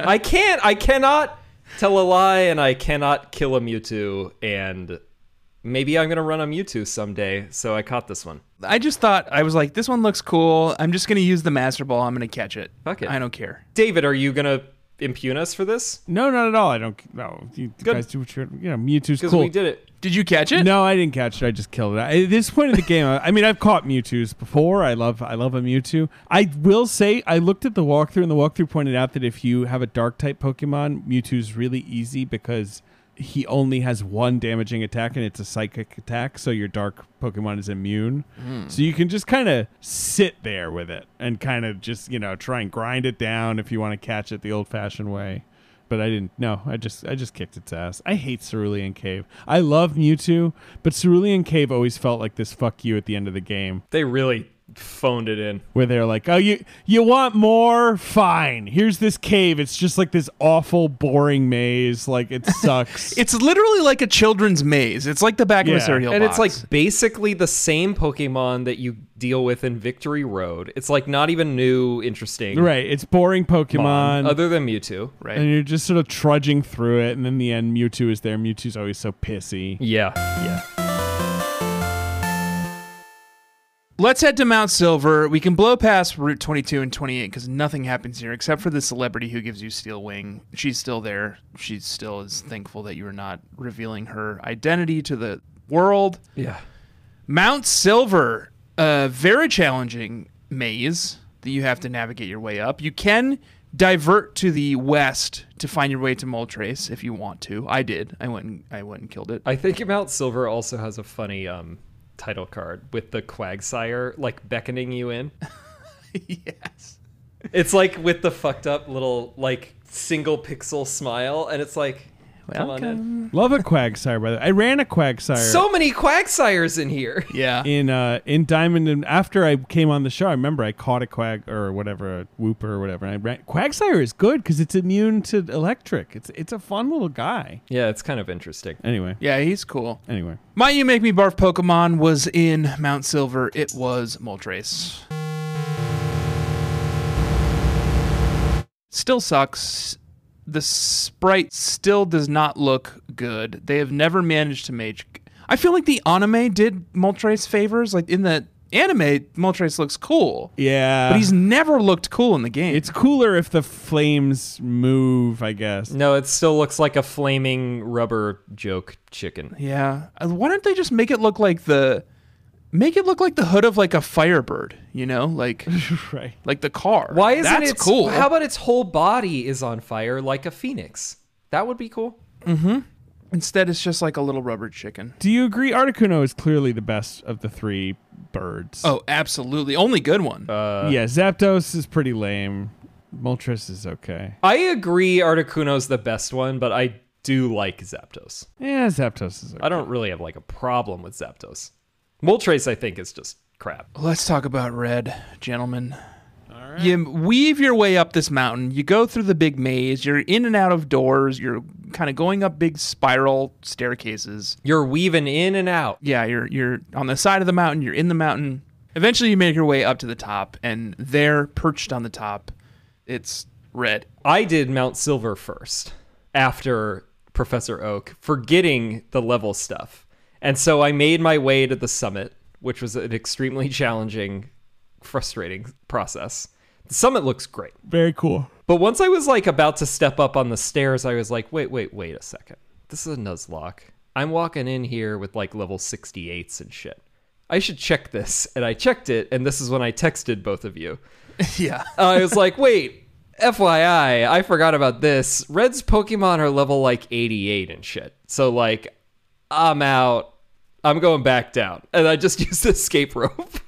[SPEAKER 2] I can't. I cannot tell a lie, and I cannot kill a Mewtwo. And maybe I'm gonna run a Mewtwo someday. So I caught this one.
[SPEAKER 1] I just thought I was like, this one looks cool. I'm just gonna use the Master Ball. I'm gonna catch it.
[SPEAKER 2] Fuck it.
[SPEAKER 1] I don't care.
[SPEAKER 2] David, are you gonna impugn us for this?
[SPEAKER 3] No, not at all. I don't. No, you
[SPEAKER 2] Good.
[SPEAKER 3] guys do what you. You know, Mewtwo's
[SPEAKER 2] Because
[SPEAKER 3] cool.
[SPEAKER 2] we did it.
[SPEAKER 1] Did you catch it?
[SPEAKER 3] No, I didn't catch it. I just killed it. I- At this point in the game, *laughs* I I mean, I've caught Mewtwo's before. I love, I love a Mewtwo. I will say, I looked at the walkthrough, and the walkthrough pointed out that if you have a Dark type Pokemon, Mewtwo's really easy because he only has one damaging attack, and it's a Psychic attack, so your Dark Pokemon is immune.
[SPEAKER 2] Hmm.
[SPEAKER 3] So you can just kind of sit there with it and kind of just you know try and grind it down if you want to catch it the old-fashioned way but I didn't. No, I just I just kicked its ass. I hate Cerulean Cave. I love Mewtwo, but Cerulean Cave always felt like this fuck you at the end of the game,
[SPEAKER 2] They really phoned it in.
[SPEAKER 3] where they're like, "Oh, you you want more? Fine. Here's this cave. It's just like this awful, boring maze.
[SPEAKER 2] *laughs*
[SPEAKER 3] Like it sucks."
[SPEAKER 1] It's literally like a children's maze. It's like the back of
[SPEAKER 3] Yeah.
[SPEAKER 1] a cereal
[SPEAKER 2] And it's
[SPEAKER 1] box.
[SPEAKER 2] like basically the same Pokemon that you deal with in Victory Road. It's like not even new, interesting. um,
[SPEAKER 3] right. It's boring Pokemon.
[SPEAKER 2] Other than Mewtwo.
[SPEAKER 1] right.
[SPEAKER 3] and you're just sort of trudging through it, and in the end, Mewtwo is there. Mewtwo's always so pissy.
[SPEAKER 2] Yeah. Yeah.
[SPEAKER 1] *laughs* Let's head to Mount Silver. We can blow past Route 22 and 28 because nothing happens here except for the celebrity who gives you Steel Wing. She's still there. She still is thankful that you are not revealing her identity to the world.
[SPEAKER 2] Yeah.
[SPEAKER 1] Mount Silver, a very challenging maze that you have to navigate your way up. You can divert to the west to find your way to Moltres if you want to. I did. I went and, I went and killed
[SPEAKER 2] *laughs*
[SPEAKER 1] it.
[SPEAKER 2] I think Mount Silver also has a funny um, title card with the Quagsire like beckoning you in.
[SPEAKER 1] yes.
[SPEAKER 2] It's like with the fucked up little like single pixel smile, and it's like, come on in.
[SPEAKER 3] Love a Quagsire, by the way. I ran a Quagsire.
[SPEAKER 2] So many Quagsires in here. *laughs*
[SPEAKER 1] Yeah.
[SPEAKER 3] in uh in Diamond and after I came on the show, I remember I caught a quag or whatever, a whooper or whatever. And I ran Quagsire is good because it's immune to electric. It's it's a fun little guy.
[SPEAKER 2] Yeah, it's kind of interesting.
[SPEAKER 3] Anyway.
[SPEAKER 1] Yeah, he's cool.
[SPEAKER 3] Anyway.
[SPEAKER 1] My You Make Me Barf Pokemon was in Mount Silver. It was Moltres. Still sucks. The sprite still does not look good. They have never managed to make. I feel like the anime did Moltres favors. Like in the anime, Moltres looks cool,
[SPEAKER 3] Yeah.
[SPEAKER 1] but he's never looked cool in the game.
[SPEAKER 3] it's cooler if the flames move, I guess.
[SPEAKER 2] No, it still looks like a flaming rubber joke chicken.
[SPEAKER 1] yeah. Uh, Why don't they just make it look like the, make it look like the hood of like a Firebird? You know, like.
[SPEAKER 3] *laughs* right.
[SPEAKER 1] like the car.
[SPEAKER 2] Why isn't
[SPEAKER 1] That's
[SPEAKER 2] it
[SPEAKER 1] cool?
[SPEAKER 2] How about its whole body is on fire like a phoenix? That would be cool.
[SPEAKER 1] Instead, it's just like a little rubber chicken.
[SPEAKER 3] Do you agree Articuno is clearly the best of the three birds?
[SPEAKER 1] Oh, absolutely, only good one.
[SPEAKER 2] Uh,
[SPEAKER 3] yeah, Zapdos is pretty lame. Moltres is okay.
[SPEAKER 2] I agree Articuno's the best one, but I do like Zapdos.
[SPEAKER 3] Yeah, Zapdos is okay.
[SPEAKER 2] I don't really have like a problem with Zapdos. Moltres, I think, is just crap.
[SPEAKER 1] Let's talk about red, gentlemen. You weave your way up this mountain. You go through the big maze. You're in and out of doors. You're kind of going up big spiral staircases.
[SPEAKER 2] You're weaving in and out.
[SPEAKER 1] yeah, you're you're on the side of the mountain, you're in the mountain. Eventually you make your way up to the top and there perched on the top, it's red. *laughs*
[SPEAKER 2] I did Mount Silver first after Professor Oak, forgetting the level stuff. And so I made my way to the summit, which was an extremely *laughs* challenging, frustrating process. The summit looks great.
[SPEAKER 3] Very cool.
[SPEAKER 2] But once I was like about to step up on the stairs, I was like, wait, wait, wait a second. This is a Nuzlocke. I'm walking in here with like level 68s and shit. I should check this. And I checked it, and this is when I texted both of you.
[SPEAKER 1] yeah.
[SPEAKER 2] Uh, I was like, wait, FYI, I forgot about this. Red's Pokemon are level like 88 and shit. So, like, I'm out. I'm going back down. And I just *laughs* used the escape rope.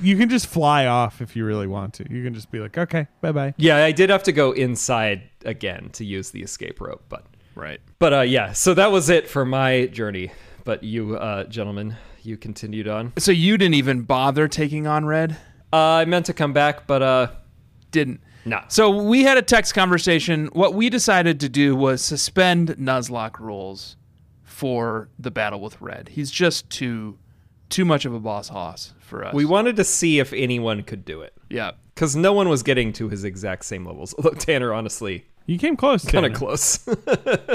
[SPEAKER 3] You can just fly off if you really want to. You can just be like, okay, bye bye.
[SPEAKER 2] yeah, I did have to go inside again to use the escape rope, but.
[SPEAKER 1] Right.
[SPEAKER 2] But uh, yeah, so that was it for my journey. But you, uh, gentlemen, you continued on.
[SPEAKER 1] So you didn't even bother taking on red?
[SPEAKER 2] Uh, I meant to come back, but uh,
[SPEAKER 1] Didn't.
[SPEAKER 2] no.
[SPEAKER 1] So we had a text conversation. What we decided to do was suspend Nuzlocke rules for the battle with Red. He's just too too much of a boss hoss for us.
[SPEAKER 2] We wanted to see if anyone could do it
[SPEAKER 1] yeah.
[SPEAKER 2] *laughs* because no one was getting to his exact same levels. Although Tanner, honestly,
[SPEAKER 3] You came close.
[SPEAKER 2] Kind
[SPEAKER 3] Dana.
[SPEAKER 2] of close.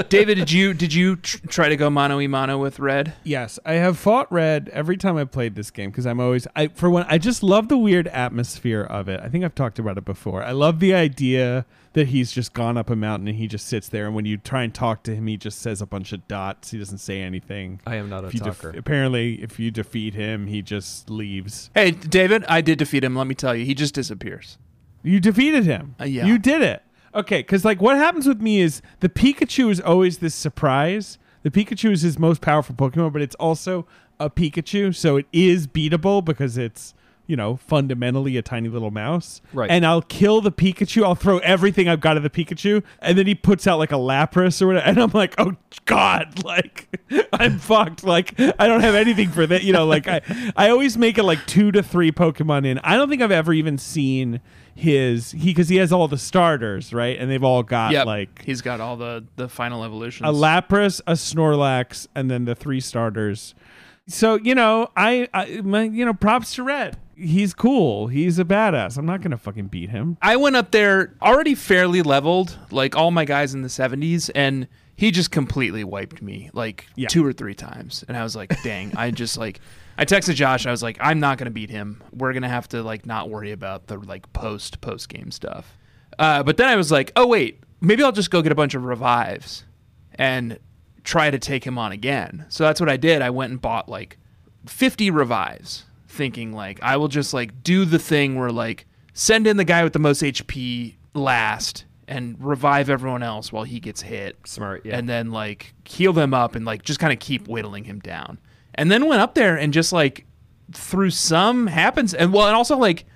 [SPEAKER 1] David, did you did you tr- try to go mano y mano with Red?
[SPEAKER 3] Yes, I have fought red every time I played this game because I'm always I for one I just love the weird atmosphere of it. I think I've talked about it before. I love the idea that he's just gone up a mountain and he just sits there and when you try and talk to him he just says a bunch of dots. He doesn't say anything.
[SPEAKER 2] I am not a
[SPEAKER 3] If you def-
[SPEAKER 2] talker.
[SPEAKER 3] apparently if you defeat him he just leaves.
[SPEAKER 1] Hey, David, I did defeat him. Let me tell you, he just disappears.
[SPEAKER 3] You defeated him.
[SPEAKER 1] Uh, yeah.
[SPEAKER 3] You did it. Okay, because like what happens with me is the Pikachu is always this surprise. The Pikachu is his most powerful Pokemon, but it's also a Pikachu, so it is beatable because it's you know fundamentally a tiny little mouse.
[SPEAKER 2] Right.
[SPEAKER 3] And I'll kill the Pikachu. I'll throw everything I've got at the Pikachu, and then he puts out like a Lapras or whatever, and I'm like, oh god, *laughs* like I'm fucked. Like I don't have anything for that. You know, like I I always make it like two to three Pokemon in. I don't think I've ever even seen his he because he has all the starters right, and they've all got
[SPEAKER 1] Yep.
[SPEAKER 3] like
[SPEAKER 1] he's got all the the final evolutions.
[SPEAKER 3] a Lapras, a Snorlax, and then the three starters. So you know, I, I my, you know, props to Red. He's cool. He's a badass. I'm not gonna fucking beat him.
[SPEAKER 1] I went up there already fairly leveled, like all my guys in the 70s, and he just completely wiped me like
[SPEAKER 3] Yeah.
[SPEAKER 1] two or three times. And I was like, dang, I just like, I texted Josh, I was like, I'm not going to beat him. We're going to have to like not worry about the like post post game stuff. Uh, but then I was like, oh, wait, maybe I'll just go get a bunch of revives and try to take him on again. So that's what I did. I went and bought like 50 revives thinking like I will just like do the thing where like send in the guy with the most HP last and revive everyone else while he gets hit
[SPEAKER 2] Smart, yeah.
[SPEAKER 1] and then like heal them up and like just kind of keep whittling him down and then went up there and just like through some happens and well and also like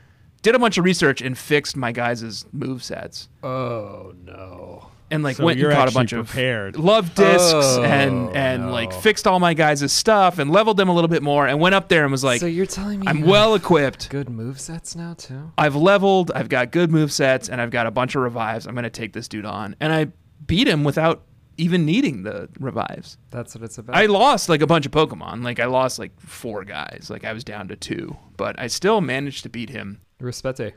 [SPEAKER 1] did a bunch of research and fixed my guys' move sets
[SPEAKER 2] oh no.
[SPEAKER 1] and like
[SPEAKER 3] So
[SPEAKER 1] went
[SPEAKER 3] you're
[SPEAKER 1] and caught a
[SPEAKER 3] actually
[SPEAKER 1] bunch
[SPEAKER 3] prepared.
[SPEAKER 1] of love discs and
[SPEAKER 2] Oh,
[SPEAKER 1] and
[SPEAKER 2] no.
[SPEAKER 1] like fixed all my guys' stuff and leveled them a little bit more and went up there and was like
[SPEAKER 2] so you're telling me
[SPEAKER 1] I'm
[SPEAKER 2] you
[SPEAKER 1] well
[SPEAKER 2] have
[SPEAKER 1] equipped.
[SPEAKER 2] good move sets now too?
[SPEAKER 1] I've leveled, I've got good move sets, and I've got a bunch of revives. I'm gonna take this dude on. And I beat him without even needing the revives.
[SPEAKER 2] That's what it's about.
[SPEAKER 1] I lost like a bunch of Pokemon. Like I lost like four guys. Like I was down to two. But I still managed to beat him.
[SPEAKER 2] Respete.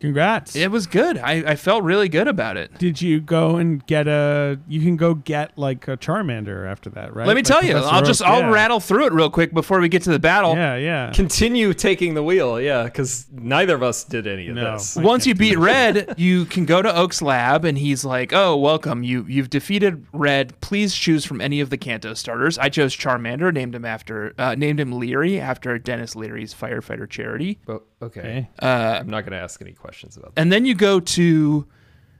[SPEAKER 3] Congrats.
[SPEAKER 1] It was good. I, I felt really good about it.
[SPEAKER 3] Did you go and get a? You can go get like a Charmander after that, right?
[SPEAKER 1] Let me
[SPEAKER 3] Like
[SPEAKER 1] tell you,
[SPEAKER 3] Professor
[SPEAKER 1] I'll just
[SPEAKER 3] Oak,
[SPEAKER 1] I'll
[SPEAKER 3] yeah.
[SPEAKER 1] rattle through it real quick before we get to the battle. *laughs*
[SPEAKER 3] Yeah, yeah.
[SPEAKER 2] Continue taking the wheel, yeah, because neither of us did any of
[SPEAKER 3] No.
[SPEAKER 2] this.
[SPEAKER 3] I
[SPEAKER 1] Once
[SPEAKER 3] can't
[SPEAKER 1] you
[SPEAKER 3] do
[SPEAKER 1] beat
[SPEAKER 3] *laughs*
[SPEAKER 1] Red, you can go to Oak's lab, and he's like, "Oh, welcome. You you've defeated Red. Please choose from any of the Kanto starters. I chose Charmander, named him after uh, named him Leary after Dennis Leary's firefighter charity.
[SPEAKER 2] But okay.
[SPEAKER 3] Okay.
[SPEAKER 2] I'm not gonna ask any questions about that.
[SPEAKER 1] And then you go to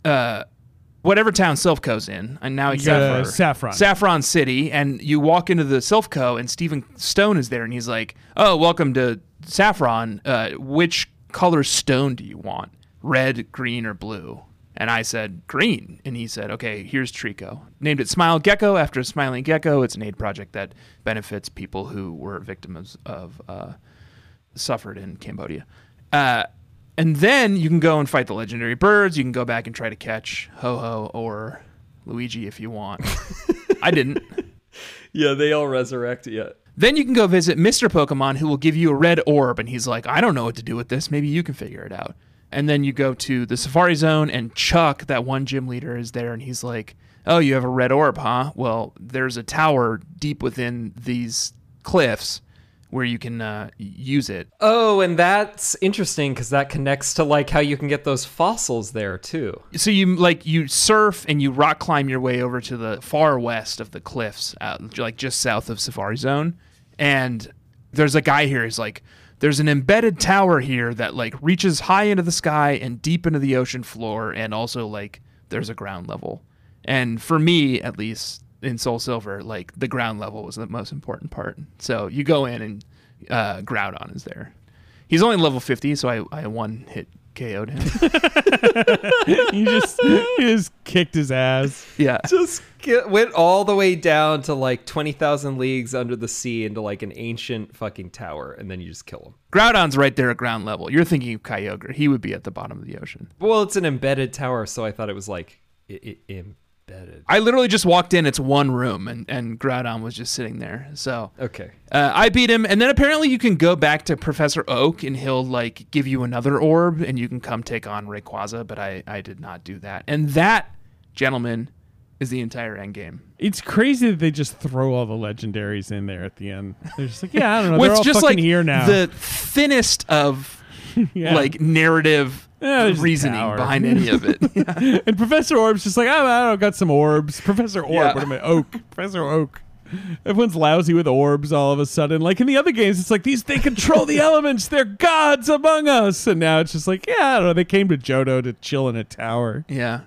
[SPEAKER 1] uh, whatever town Silphco's in, and now it's
[SPEAKER 3] You go to
[SPEAKER 1] Saffron.
[SPEAKER 3] Saffron.
[SPEAKER 1] Saffron City, and you walk into the Silphco, and Stephen Stone is there, and he's like, "Oh, welcome to Saffron. Uh, which color stone do you want? Red, green, or blue?" And I said green, and he said, "Okay, here's Trico. Named it Smile Gecko after a smiling gecko. It's an aid project that benefits people who were victims of." Uh, suffered in Cambodia. Uh, and then you can go and fight the legendary birds. You can go back and try to catch Ho Ho or Luigi if you want. I didn't.
[SPEAKER 2] Yeah, they all resurrect yeah.
[SPEAKER 1] Then you can go visit Mr. Pokemon, who will give you a red orb. And he's like, I don't know what to do with this. Maybe you can figure it out. And then you go to the Safari Zone, and Chuck, that one gym leader, is there. And he's like, Oh, you have a red orb, huh? Well, there's a tower deep within these cliffs where you can uh, use it.
[SPEAKER 2] Oh, and that's interesting because that connects to like how you can get those fossils there too.
[SPEAKER 1] so you like you surf and you rock climb your way over to the far west of the cliffs out, like just south of safari zone and there's a guy here who's like there's an embedded tower here that like reaches high into the sky and deep into the ocean floor and also like there's a ground level and for me at least in soul silver like the ground level was the most important part so you go in and uh, groudon is there he's only level 50 so i, I one hit KO'd him. *laughs*
[SPEAKER 3] you just you just kicked his ass.
[SPEAKER 1] Yeah.
[SPEAKER 2] Just get, went all the way down to like twenty thousand leagues under the sea into like an ancient fucking tower, and then you just kill him.
[SPEAKER 1] Groudon's right there at ground level. You're thinking of Kyogre. He would be at the bottom of the ocean.
[SPEAKER 2] Well, it's an embedded tower, so I thought it was like i- i- im- embedded.
[SPEAKER 1] I literally just walked in. It's one room, and and Groudon was just sitting there. So
[SPEAKER 2] Okay.
[SPEAKER 1] uh, I beat him, and then apparently you can go back to Professor Oak, and he'll like give you another orb, and you can come take on Rayquaza. But I I did not do that, and that gentleman is the entire end game.
[SPEAKER 3] It's crazy that they just throw all the legendaries in there at the end. They're just like, yeah, I don't know.
[SPEAKER 1] With
[SPEAKER 3] They're all
[SPEAKER 1] just
[SPEAKER 3] fucking
[SPEAKER 1] like
[SPEAKER 3] here now.
[SPEAKER 1] the thinnest of
[SPEAKER 3] *laughs* Yeah.
[SPEAKER 1] like narrative
[SPEAKER 3] Yeah, there's a
[SPEAKER 1] reasoning
[SPEAKER 3] tower.
[SPEAKER 1] behind any of
[SPEAKER 3] *laughs*
[SPEAKER 1] it.
[SPEAKER 3] and Professor Orb's just like, "Oh, I don't, I don't got some orbs. Professor Orb,
[SPEAKER 1] Yeah.
[SPEAKER 3] what am I? Oak. Professor Oak. Everyone's lousy with orbs all of a sudden. Like in the other games, it's like these they control the elements. They're gods among us. And now it's just like, yeah, I don't know. They came to Johto to chill in a tower.
[SPEAKER 1] yeah,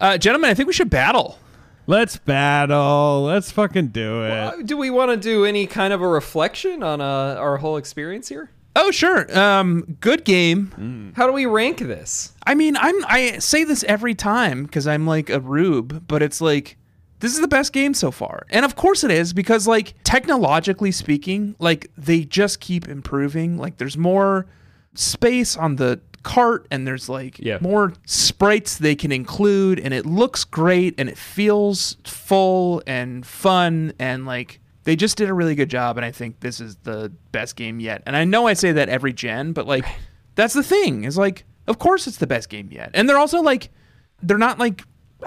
[SPEAKER 1] uh, gentlemen, I think we should battle.
[SPEAKER 3] Let's battle. Let's fucking do it.
[SPEAKER 2] Uh, do we want to do any kind of a reflection on uh, our whole experience here?
[SPEAKER 1] Oh sure, um, good game.
[SPEAKER 2] How do we rank this?
[SPEAKER 1] I mean, I'm I say this every time because I'm like a rube, but it's like this is the best game so far, and of course it is because like technologically speaking, like they just keep improving. Like there's more space on the cart, and there's like
[SPEAKER 2] Yeah.
[SPEAKER 1] more sprites they can include, and it looks great, and it feels full and fun, and like. They just did a really good job, and I think this is the best game yet. And I know I say that every gen, but like, that's the thing is like of course it's the best game yet and they're also like they're not like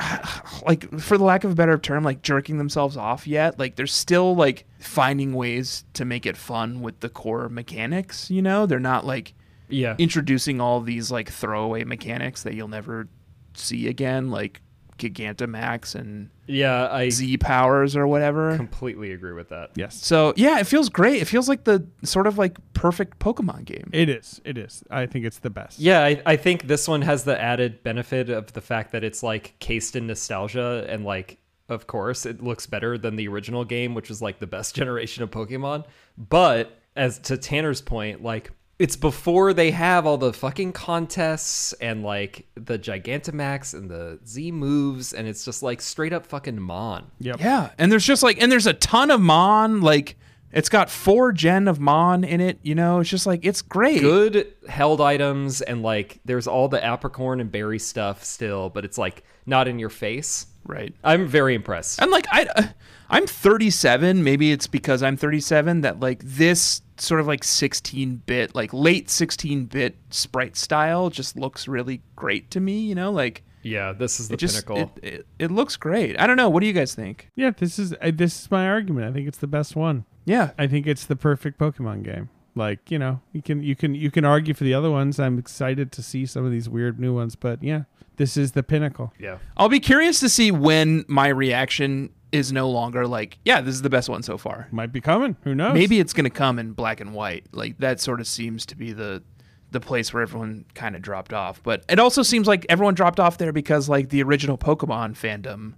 [SPEAKER 1] *sighs* like for the lack of a better term like jerking themselves off yet like they're still like finding ways to make it fun with the core mechanics you know they're not like
[SPEAKER 2] Yeah.
[SPEAKER 1] introducing all these like throwaway mechanics that you'll never see again like gigantamax and
[SPEAKER 2] Yeah, I
[SPEAKER 1] z powers or whatever
[SPEAKER 2] completely agree with that.
[SPEAKER 3] yes.
[SPEAKER 1] so yeah it feels great it feels like the sort of like perfect pokemon game
[SPEAKER 3] It is. It is. I think it's the best.
[SPEAKER 2] Yeah, I, I think this one has the added benefit of the fact that it's like cased in nostalgia and like of course it looks better than the original game, which was like the best *laughs* generation of Pokemon. But as to Tanner's point, like it's before they have all the fucking contests and like the Gigantamax and the Z moves, and it's just like straight up fucking Mon.
[SPEAKER 3] Yep.
[SPEAKER 1] Yeah, and there's just like, and there's a ton of Mon. Like, it's got four gen of Mon in it. You know, it's just like it's great.
[SPEAKER 2] good held items and like there's all the apricorn and berry stuff still but it's like not in your face
[SPEAKER 1] Right.
[SPEAKER 2] i'm very impressed
[SPEAKER 1] And like I, uh, I'm 37. Maybe it's because I'm 37 that like this sort of like 16-bit, like late 16-bit sprite style just looks really great to me. You know, like
[SPEAKER 2] yeah this is the
[SPEAKER 1] it just
[SPEAKER 2] pinnacle
[SPEAKER 1] it, it, it looks great. I don't know. What do you guys think?
[SPEAKER 3] Yeah. This is I, this is my argument. I think it's the best one.
[SPEAKER 1] Yeah.
[SPEAKER 3] I think it's the perfect Pokemon game. Like you know, you can you can you can argue for the other ones. I'm excited to see some of these weird new ones, but yeah, this is the pinnacle.
[SPEAKER 2] yeah
[SPEAKER 1] I'll be curious to see when my reaction is no longer like, yeah, this is the best one so far.
[SPEAKER 3] Might be coming. Who knows?
[SPEAKER 1] maybe it's going to come in black and white. Like that sort of seems to be the the place where everyone kind of dropped off. But it also seems like everyone dropped off there because like the original Pokemon fandom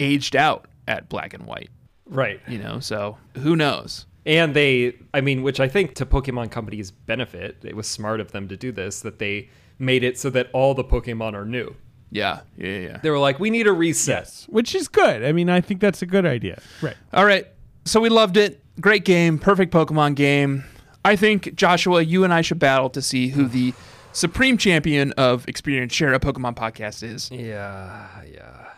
[SPEAKER 1] aged out at black and white,
[SPEAKER 2] right
[SPEAKER 1] you know? So, who knows?
[SPEAKER 2] and they i mean which i think to pokemon company's benefit it was smart of them to do this that they made it so that all the pokemon are new
[SPEAKER 1] Yeah. Yeah, yeah.
[SPEAKER 2] they were like we need a reset
[SPEAKER 3] which is good. I mean, I think that's a good idea. Right.
[SPEAKER 1] All right. So we loved it. Great game. Perfect Pokemon game. I think, Joshua, you and I should battle to see who the supreme champion of Experience Share a Pokemon podcast is.
[SPEAKER 2] yeah yeah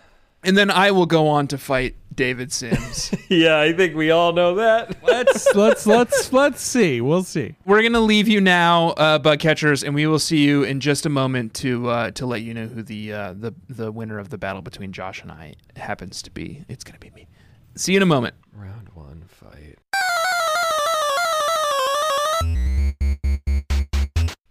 [SPEAKER 1] And then I will go on to fight David Sims.
[SPEAKER 2] *laughs* yeah i think we all know that
[SPEAKER 1] *laughs*
[SPEAKER 2] *laughs*
[SPEAKER 3] Let's let's *laughs* let's let's see. We'll see.
[SPEAKER 1] We're gonna leave you now, uh, bug catchers, and we will see you in just a moment to uh, to let you know who the uh, the the winner of the battle between Josh and I happens to be. It's gonna be me. See you in a moment.
[SPEAKER 2] round one fight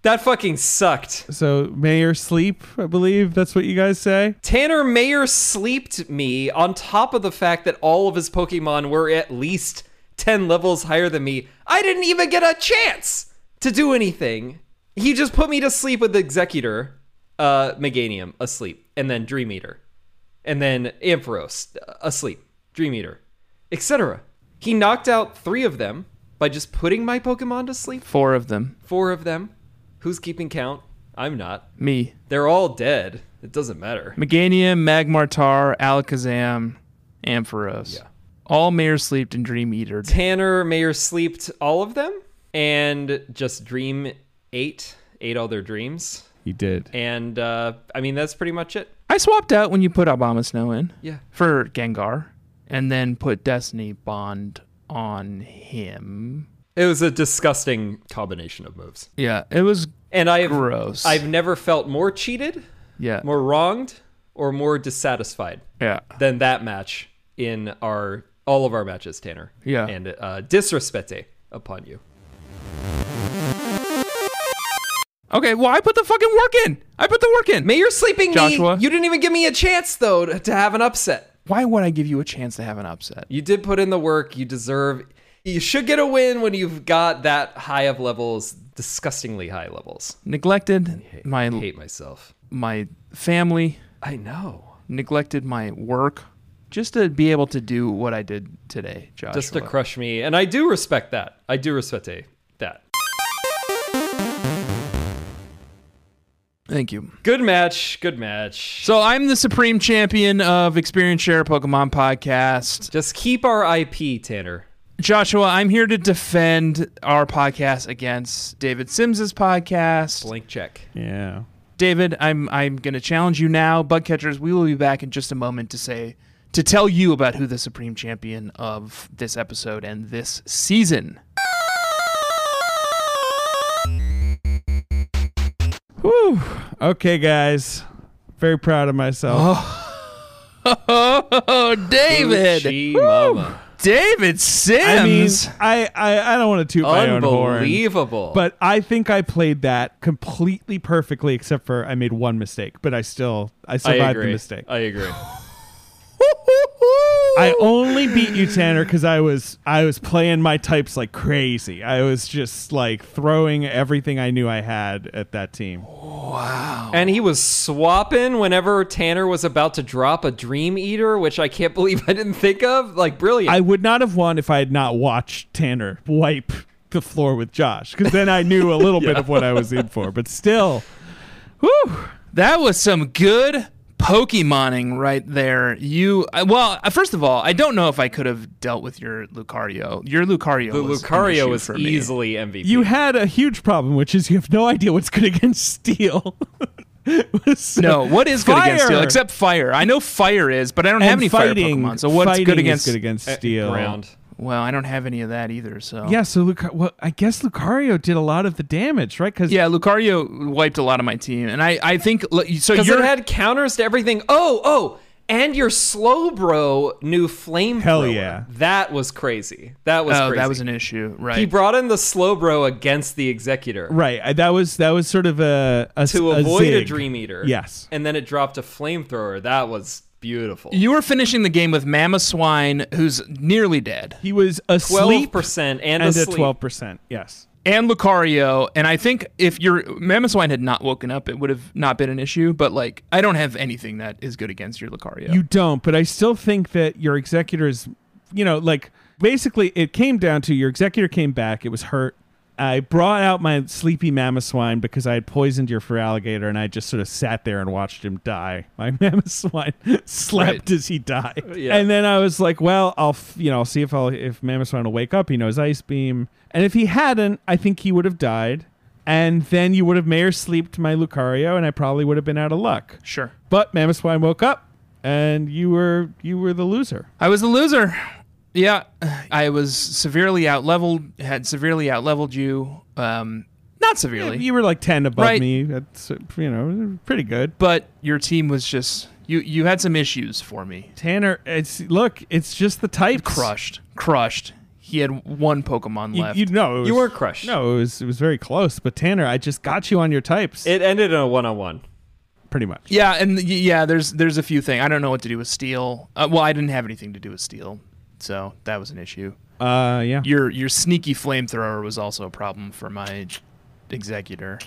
[SPEAKER 2] that fucking sucked
[SPEAKER 3] So Mayor Sleep, I believe that's what you guys say.
[SPEAKER 2] Tanner Mayer sleeped me on top of the fact that all of his Pokemon were at least 10 levels higher than me. I didn't even get a chance to do anything. He just put me to sleep with Executor, uh, Meganium, asleep, and then Dream Eater, and then Ampharos, uh, asleep, Dream Eater, etc. He knocked out three of them by just putting my Pokemon to sleep.
[SPEAKER 1] Four of them,
[SPEAKER 2] Four of them. Who's keeping count? I'm not.
[SPEAKER 1] me,
[SPEAKER 2] They're all dead. It doesn't matter.
[SPEAKER 1] Meganium, Magmartar, Alakazam, Ampharos.
[SPEAKER 2] Yeah.
[SPEAKER 1] All Mayor sleeped and Dream Eater.
[SPEAKER 2] Tanner Mayer sleeped all of them and just dream eight, ate all their dreams.
[SPEAKER 3] He did.
[SPEAKER 2] And uh, I mean, that's pretty much it.
[SPEAKER 1] I swapped out when you put Obama Snow in
[SPEAKER 2] Yeah.
[SPEAKER 1] for Gengar, and then put Destiny Bond on him.
[SPEAKER 2] It was a disgusting combination of moves.
[SPEAKER 1] Yeah, it was
[SPEAKER 2] And I've,
[SPEAKER 1] gross.
[SPEAKER 2] I've never felt more cheated,
[SPEAKER 1] yeah,
[SPEAKER 2] more wronged, or more dissatisfied
[SPEAKER 1] yeah,
[SPEAKER 2] than that match in our all of our matches, Tanner.
[SPEAKER 1] Yeah.
[SPEAKER 2] And uh, disrespecte upon you.
[SPEAKER 1] Okay, well I put the fucking work in. I put the work in.
[SPEAKER 2] May you're sleeping
[SPEAKER 1] Joshua?
[SPEAKER 2] me. You didn't even give me a chance though to, to have an upset.
[SPEAKER 1] Why would I give you a chance to have an upset?
[SPEAKER 2] You did put in the work. You deserve. You should get a win when you've got that high of levels, disgustingly high levels.
[SPEAKER 1] Neglected my
[SPEAKER 2] I hate myself.
[SPEAKER 1] my family,
[SPEAKER 2] I know.
[SPEAKER 1] neglected my work, just to be able to do what I did today, Joshua.
[SPEAKER 2] Just to crush me, and I do respect that. I do respect that.
[SPEAKER 1] Thank you.
[SPEAKER 2] Good match. Good match.
[SPEAKER 1] So I'm the supreme champion of Experience Share Pokemon podcast.
[SPEAKER 2] Just keep our IP, Tanner.
[SPEAKER 1] Joshua, I'm here to defend our podcast against David Sims's podcast.
[SPEAKER 2] Blank check.
[SPEAKER 3] Yeah.
[SPEAKER 1] David, I'm I'm going to challenge you now. Bug catchers, we will be back in just a moment to say to tell you about who the supreme champion of this episode and this season.
[SPEAKER 3] Whew. Okay, guys. Very proud of myself.
[SPEAKER 1] Oh, David.
[SPEAKER 2] Gucci Mama.
[SPEAKER 1] David Sims.
[SPEAKER 3] I mean, I, I, I don't want to toot my own horn.
[SPEAKER 2] Unbelievable.
[SPEAKER 3] But I think I played that completely perfectly, except for I made one mistake. But I still I
[SPEAKER 2] I
[SPEAKER 3] survived
[SPEAKER 2] agree.
[SPEAKER 3] the mistake. Oh.
[SPEAKER 2] I agree.
[SPEAKER 3] I only beat you, Tanner, because I was I was playing my types like crazy. I was just like throwing everything I knew I had at that team.
[SPEAKER 2] And he was swapping whenever Tanner was about to drop a Dream Eater, which I can't *laughs* believe I didn't think of. Like, brilliant.
[SPEAKER 3] I would not have won if I had not watched Tanner wipe the floor with Josh, because then I knew a little bit of what I was in for. But still, whew,
[SPEAKER 1] That was some good Pokemoning right there. You I- well, uh, first of all, I don't know if I could have dealt with your Lucario. Your Lucario.
[SPEAKER 2] the
[SPEAKER 1] was an
[SPEAKER 2] Lucario
[SPEAKER 1] issue
[SPEAKER 2] was
[SPEAKER 1] for me.
[SPEAKER 2] easily MVP.
[SPEAKER 3] you had a huge problem, which is you have no idea what's good against steel. *laughs* So- *laughs*
[SPEAKER 1] No, what is good against steel
[SPEAKER 3] Fire!
[SPEAKER 1] except fire? I know fire is, but I don't
[SPEAKER 3] and
[SPEAKER 1] have any
[SPEAKER 3] fighting,
[SPEAKER 1] fire Pokemon. So what's
[SPEAKER 3] fighting
[SPEAKER 1] good
[SPEAKER 3] is
[SPEAKER 1] against?
[SPEAKER 3] good against steel?
[SPEAKER 2] ground.
[SPEAKER 1] Well, I don't have any of that either. So
[SPEAKER 3] Yeah, so Luca- well, I guess Lucario did a lot of the damage, right? Because
[SPEAKER 1] yeah. Lucario wiped a lot of my team, and I I think l- so.
[SPEAKER 2] Because
[SPEAKER 1] Your
[SPEAKER 2] it had counters to everything. Oh, oh. And your slow bro new flame.
[SPEAKER 3] Hell yeah.
[SPEAKER 2] That was crazy. That was
[SPEAKER 1] oh,
[SPEAKER 2] crazy.
[SPEAKER 1] that was an issue, right?
[SPEAKER 2] he brought in the slow bro against the executor.
[SPEAKER 3] right, I- that was that was sort of a, a
[SPEAKER 2] to avoid a,
[SPEAKER 3] zig.
[SPEAKER 2] dream eater.
[SPEAKER 3] Yes.
[SPEAKER 2] And then it dropped a flamethrower. That was beautiful.
[SPEAKER 1] you were finishing the game with Mama Swine, who's nearly dead,
[SPEAKER 3] He was asleep
[SPEAKER 2] Twelve percent and,
[SPEAKER 3] and at
[SPEAKER 2] asleep.
[SPEAKER 3] twelve percent. Yes,
[SPEAKER 1] and Lucario. And I think if your Mama Swine had not woken up, it would have not been an issue. But like, I don't have anything that is good against your Lucario.
[SPEAKER 3] you don't, but I still think that your executor is, you know, like basically it came down to your executor came back. It was hurt. I brought out my sleepy mamoswine because I had poisoned your for alligator, and I just sort of sat there and watched him die. *laughs* My mamoswine slept
[SPEAKER 1] Right.
[SPEAKER 3] as he died,
[SPEAKER 2] Yeah.
[SPEAKER 3] and then I was like, "Well, I'll f- you know I'll see if I'll if mamoswine will wake up. He knows ice beam, and if he hadn't, I think he would have died, and then you would have mayor sleeped my Lucario, and I probably would have been out of luck.
[SPEAKER 1] sure.
[SPEAKER 3] But Mammoth Swine woke up, and you were you were the loser.
[SPEAKER 1] I was a loser. Yeah, I was severely outleveled. Had severely outleveled you. Um, not severely,
[SPEAKER 3] You were like ten above
[SPEAKER 1] Right.
[SPEAKER 3] me. That's uh, you know pretty good.
[SPEAKER 1] but your team was just you. You had some issues for me.
[SPEAKER 3] Tanner, it's look, it's just the type
[SPEAKER 1] Crushed, crushed. He had one Pokemon
[SPEAKER 3] You,
[SPEAKER 1] left.
[SPEAKER 3] you know, it was,
[SPEAKER 2] You were crushed.
[SPEAKER 3] No, it was it was very close. But Tanner, I just got you on your types,
[SPEAKER 2] It ended in a one on one.
[SPEAKER 3] pretty much.
[SPEAKER 1] yeah, and y- yeah, there's there's a few things. I don't know what to do with Steel. Uh, well, I didn't have anything to do with Steel, so that was an issue.
[SPEAKER 3] Uh, yeah.
[SPEAKER 1] Your your sneaky flamethrower was also a problem for my executor.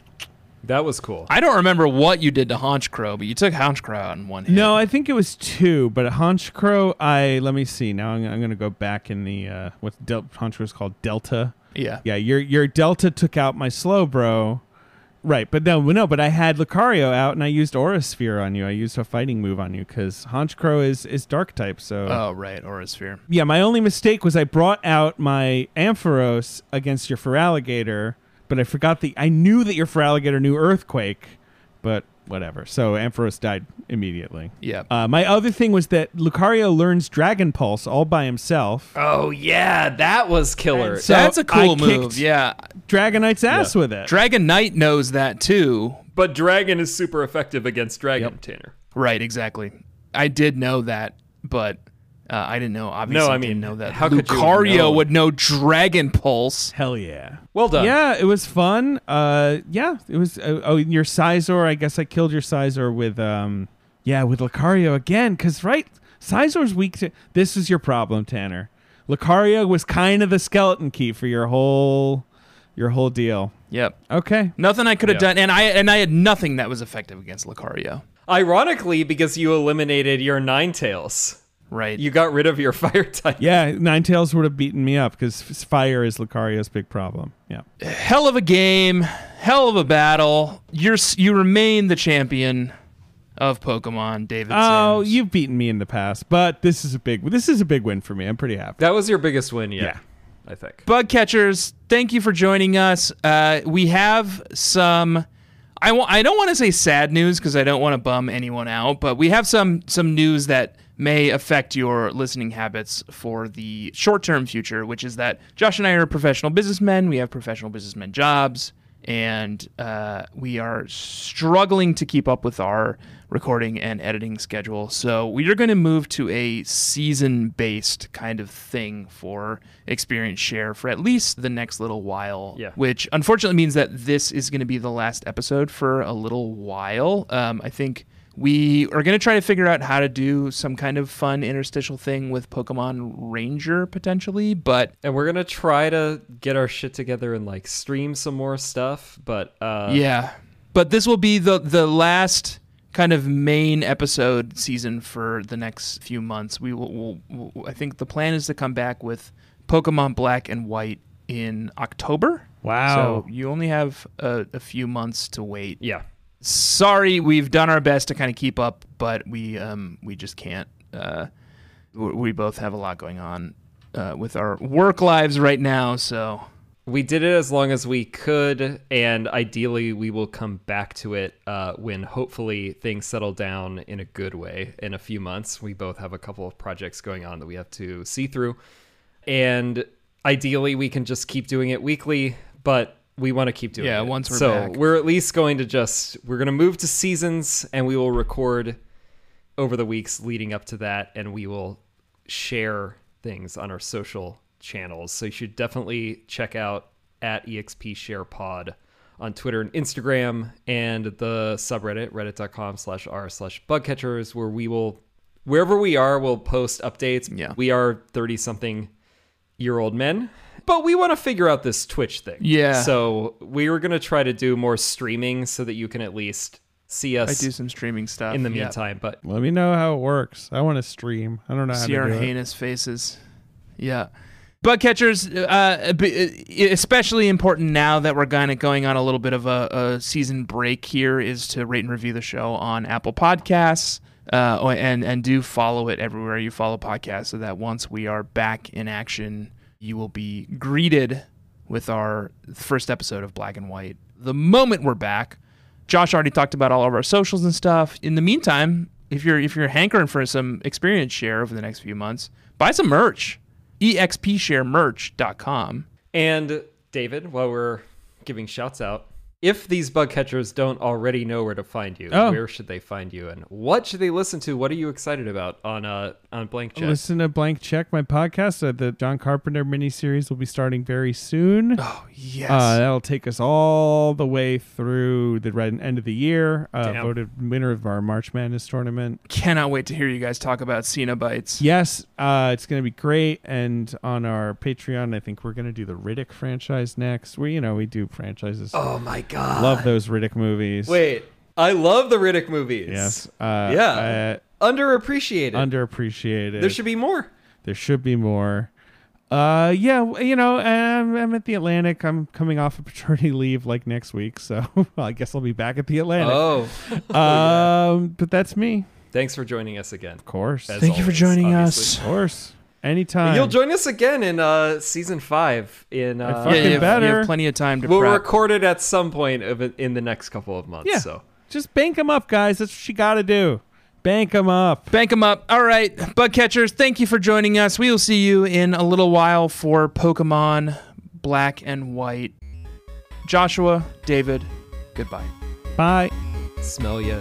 [SPEAKER 2] That was cool.
[SPEAKER 1] I don't remember what you did to Honchcrow, but you took Honchcrow out in one hit.
[SPEAKER 3] No, I think it was two, but Honchcrow. I let me see. Now I'm, I'm gonna go back in the uh, what's Del- Honchcrow's called Delta.
[SPEAKER 1] Yeah.
[SPEAKER 3] Yeah, your your Delta took out my slow bro. Right, but no, no, but I had Lucario out and I used Aura Sphere on you. I used a fighting move on you because Honchcrow is is dark type. So
[SPEAKER 1] Oh right, Aura Sphere.
[SPEAKER 3] yeah, my only mistake was I brought out my Ampharos against your Feraligatr, but I forgot the I knew that your Feraligatr knew Earthquake, but whatever. So Ampharos died immediately.
[SPEAKER 1] Yeah.
[SPEAKER 3] Uh, my other thing was that Lucario learns Dragon Pulse all by himself.
[SPEAKER 2] Oh yeah, that was killer.
[SPEAKER 3] And so-
[SPEAKER 1] That's a cool
[SPEAKER 3] I
[SPEAKER 1] move.
[SPEAKER 3] kicked-
[SPEAKER 1] Yeah.
[SPEAKER 3] Dragonite's ass with it.
[SPEAKER 1] Dragon Knight knows that too.
[SPEAKER 2] but dragon is super effective against dragon Tanner.
[SPEAKER 1] Right, exactly. I did know that, but uh, I didn't know. Obviously,
[SPEAKER 2] I
[SPEAKER 1] didn't
[SPEAKER 2] mean,
[SPEAKER 1] know that.
[SPEAKER 2] how could you have
[SPEAKER 1] Lucario
[SPEAKER 2] known?
[SPEAKER 1] would know Dragon Pulse.
[SPEAKER 3] Hell yeah.
[SPEAKER 2] Well done.
[SPEAKER 3] Yeah, it was fun. Uh, yeah, it was. Uh, oh, and your Sizor. I guess I killed your Sizor with um, yeah, with Lucario again. Cause right, Sizor's weak. To, this is your problem, Tanner. Lucario was kind of the skeleton key for your whole, your whole deal.
[SPEAKER 1] Yep.
[SPEAKER 3] Okay.
[SPEAKER 1] Nothing I could have
[SPEAKER 2] Yeah.
[SPEAKER 1] done, and I and I had nothing that was effective against Lucario.
[SPEAKER 2] Ironically, because you eliminated your nine tails,
[SPEAKER 1] Right.
[SPEAKER 2] you got rid of your *laughs* fire type.
[SPEAKER 3] Yeah, Ninetales would have beaten me up because fire is Lucario's big problem. Yeah.
[SPEAKER 1] hell of a game, hell of a battle. You're s- you remain the champion of Pokemon, David.
[SPEAKER 3] Oh,
[SPEAKER 1] Sims.
[SPEAKER 3] you've beaten me in the past, but this is a big this is a big win for me. I'm pretty happy.
[SPEAKER 2] That was your biggest win yet,
[SPEAKER 3] Yeah.
[SPEAKER 2] I think.
[SPEAKER 1] bug catchers. Thank you for joining us. Uh, we have some. I wa- I don't want to say sad news because I don't want to bum anyone out, but we have some some news that may affect your listening habits for the short term future, which is that Josh and I are professional businessmen. We have professional businessmen jobs, and uh, we are struggling to keep up with our recording and editing schedule. So we are going to move to a season based kind of thing for Experience Share for at least the next little while,
[SPEAKER 2] Yeah.
[SPEAKER 1] which unfortunately means that this is going to be the last episode for a little while. Um, I think. We are going to try to figure out how to do some kind of fun interstitial thing with Pokemon Ranger potentially, but
[SPEAKER 2] And we're gonna try to get our shit together and like stream some more stuff, but uh,
[SPEAKER 1] yeah but this will be the the last kind of main episode season for the next few months we will will will- i think the plan is to come back with pokemon black and white in october
[SPEAKER 3] Wow.
[SPEAKER 1] so you only have a, a few months to wait
[SPEAKER 2] yeah.
[SPEAKER 1] sorry we've done our best to kind of keep up but we um we just can't uh we we both have a lot going on uh, with our work lives right now so
[SPEAKER 2] We did it as long as we could, and ideally, we will come back to it uh, when hopefully things settle down in a good way in a few months. We both have a couple of projects going on that we have to see through, and ideally, we can just keep doing it weekly, but we want to keep doing
[SPEAKER 1] Yeah,
[SPEAKER 2] it.
[SPEAKER 1] once we're
[SPEAKER 2] so
[SPEAKER 1] back.
[SPEAKER 2] we're at least going to just we're going to move to seasons, and we will record over the weeks leading up to that, and we will share things on our social channels. So you should definitely check out at exp share pod on Twitter and Instagram and the subreddit, reddit.com slash r slash bugcatchers, where we will wherever we are, we'll post updates.
[SPEAKER 1] Yeah.
[SPEAKER 2] We are 30 something year old men. But we want to figure out this Twitch thing.
[SPEAKER 1] Yeah.
[SPEAKER 2] So we were gonna try to do more streaming so that you can at least see
[SPEAKER 1] i
[SPEAKER 2] us
[SPEAKER 1] do some streaming stuff
[SPEAKER 2] in the
[SPEAKER 1] yeah.
[SPEAKER 2] meantime. But
[SPEAKER 3] Let me know how it works. I want to stream. I don't know how
[SPEAKER 1] see
[SPEAKER 3] to
[SPEAKER 1] our
[SPEAKER 3] do it.
[SPEAKER 1] heinous faces. Yeah. Bug catchers, uh, b- especially important now that we're kind of going on a little bit of a, a season break here, is to rate and review the show on Apple Podcasts. Uh, oh, and and do follow it everywhere you follow podcasts, so that once we are back in action, you will be greeted with our first episode of Black and White. The moment we're back, Josh already talked about all of our socials and stuff. In the meantime, if you're if you're hankering for some experience share over the next few months, buy some merch. E expsharemerch.com.
[SPEAKER 2] And David, while we're giving shouts out, if these bug catchers don't already know where to find you,
[SPEAKER 3] Oh.
[SPEAKER 2] where should they find you, and what should they listen to? What are you excited about on uh on Blank Check?
[SPEAKER 3] Listen to Blank Check, my podcast. Uh, the John Carpenter miniseries will be starting very soon.
[SPEAKER 1] Oh, yes.
[SPEAKER 3] Uh, that'll take us all the way through the red end of the year. Uh,
[SPEAKER 2] Damn.
[SPEAKER 3] voted winner of our March Madness tournament.
[SPEAKER 1] Cannot wait to hear you guys talk about Cenobites.
[SPEAKER 3] Yes, uh, it's going to be great. And on our Patreon, I think we're going to do the Riddick franchise next. We, you know, we do franchises.
[SPEAKER 2] oh my god!
[SPEAKER 3] Love those Riddick movies.
[SPEAKER 2] Wait, I love the Riddick movies.
[SPEAKER 3] Yes. Uh,
[SPEAKER 2] Yeah. underappreciated.
[SPEAKER 3] uh, underappreciated.
[SPEAKER 2] there should be more.
[SPEAKER 3] There should be more. Uh, yeah, w- you know, I'm, I'm at the Atlantic. I'm coming off of paternity *laughs* leave like next week, so *laughs* well, I guess I'll be back at the Atlantic.
[SPEAKER 2] Oh,
[SPEAKER 3] um, but that's me,
[SPEAKER 2] thanks for joining us again.
[SPEAKER 3] of course,
[SPEAKER 2] As
[SPEAKER 3] of
[SPEAKER 1] Thank you for
[SPEAKER 2] always,
[SPEAKER 1] joining
[SPEAKER 2] obviously.
[SPEAKER 1] us.
[SPEAKER 3] course, anytime.
[SPEAKER 2] You'll join us again in uh season five. In uh,
[SPEAKER 3] fucking
[SPEAKER 1] you have, you
[SPEAKER 3] better.
[SPEAKER 1] have plenty of time to
[SPEAKER 2] we'll
[SPEAKER 1] prep.
[SPEAKER 2] record it at some point of, in the next couple of months.
[SPEAKER 3] Yeah.
[SPEAKER 2] So
[SPEAKER 3] Just bank them up, guys. That's what you got to do. Bank them up.
[SPEAKER 1] Bank them up. All right, bug catchers, thank you for joining us. We will see you in a little while for Pokemon Black and White. Joshua, David, goodbye.
[SPEAKER 3] Bye.
[SPEAKER 2] Smell ya.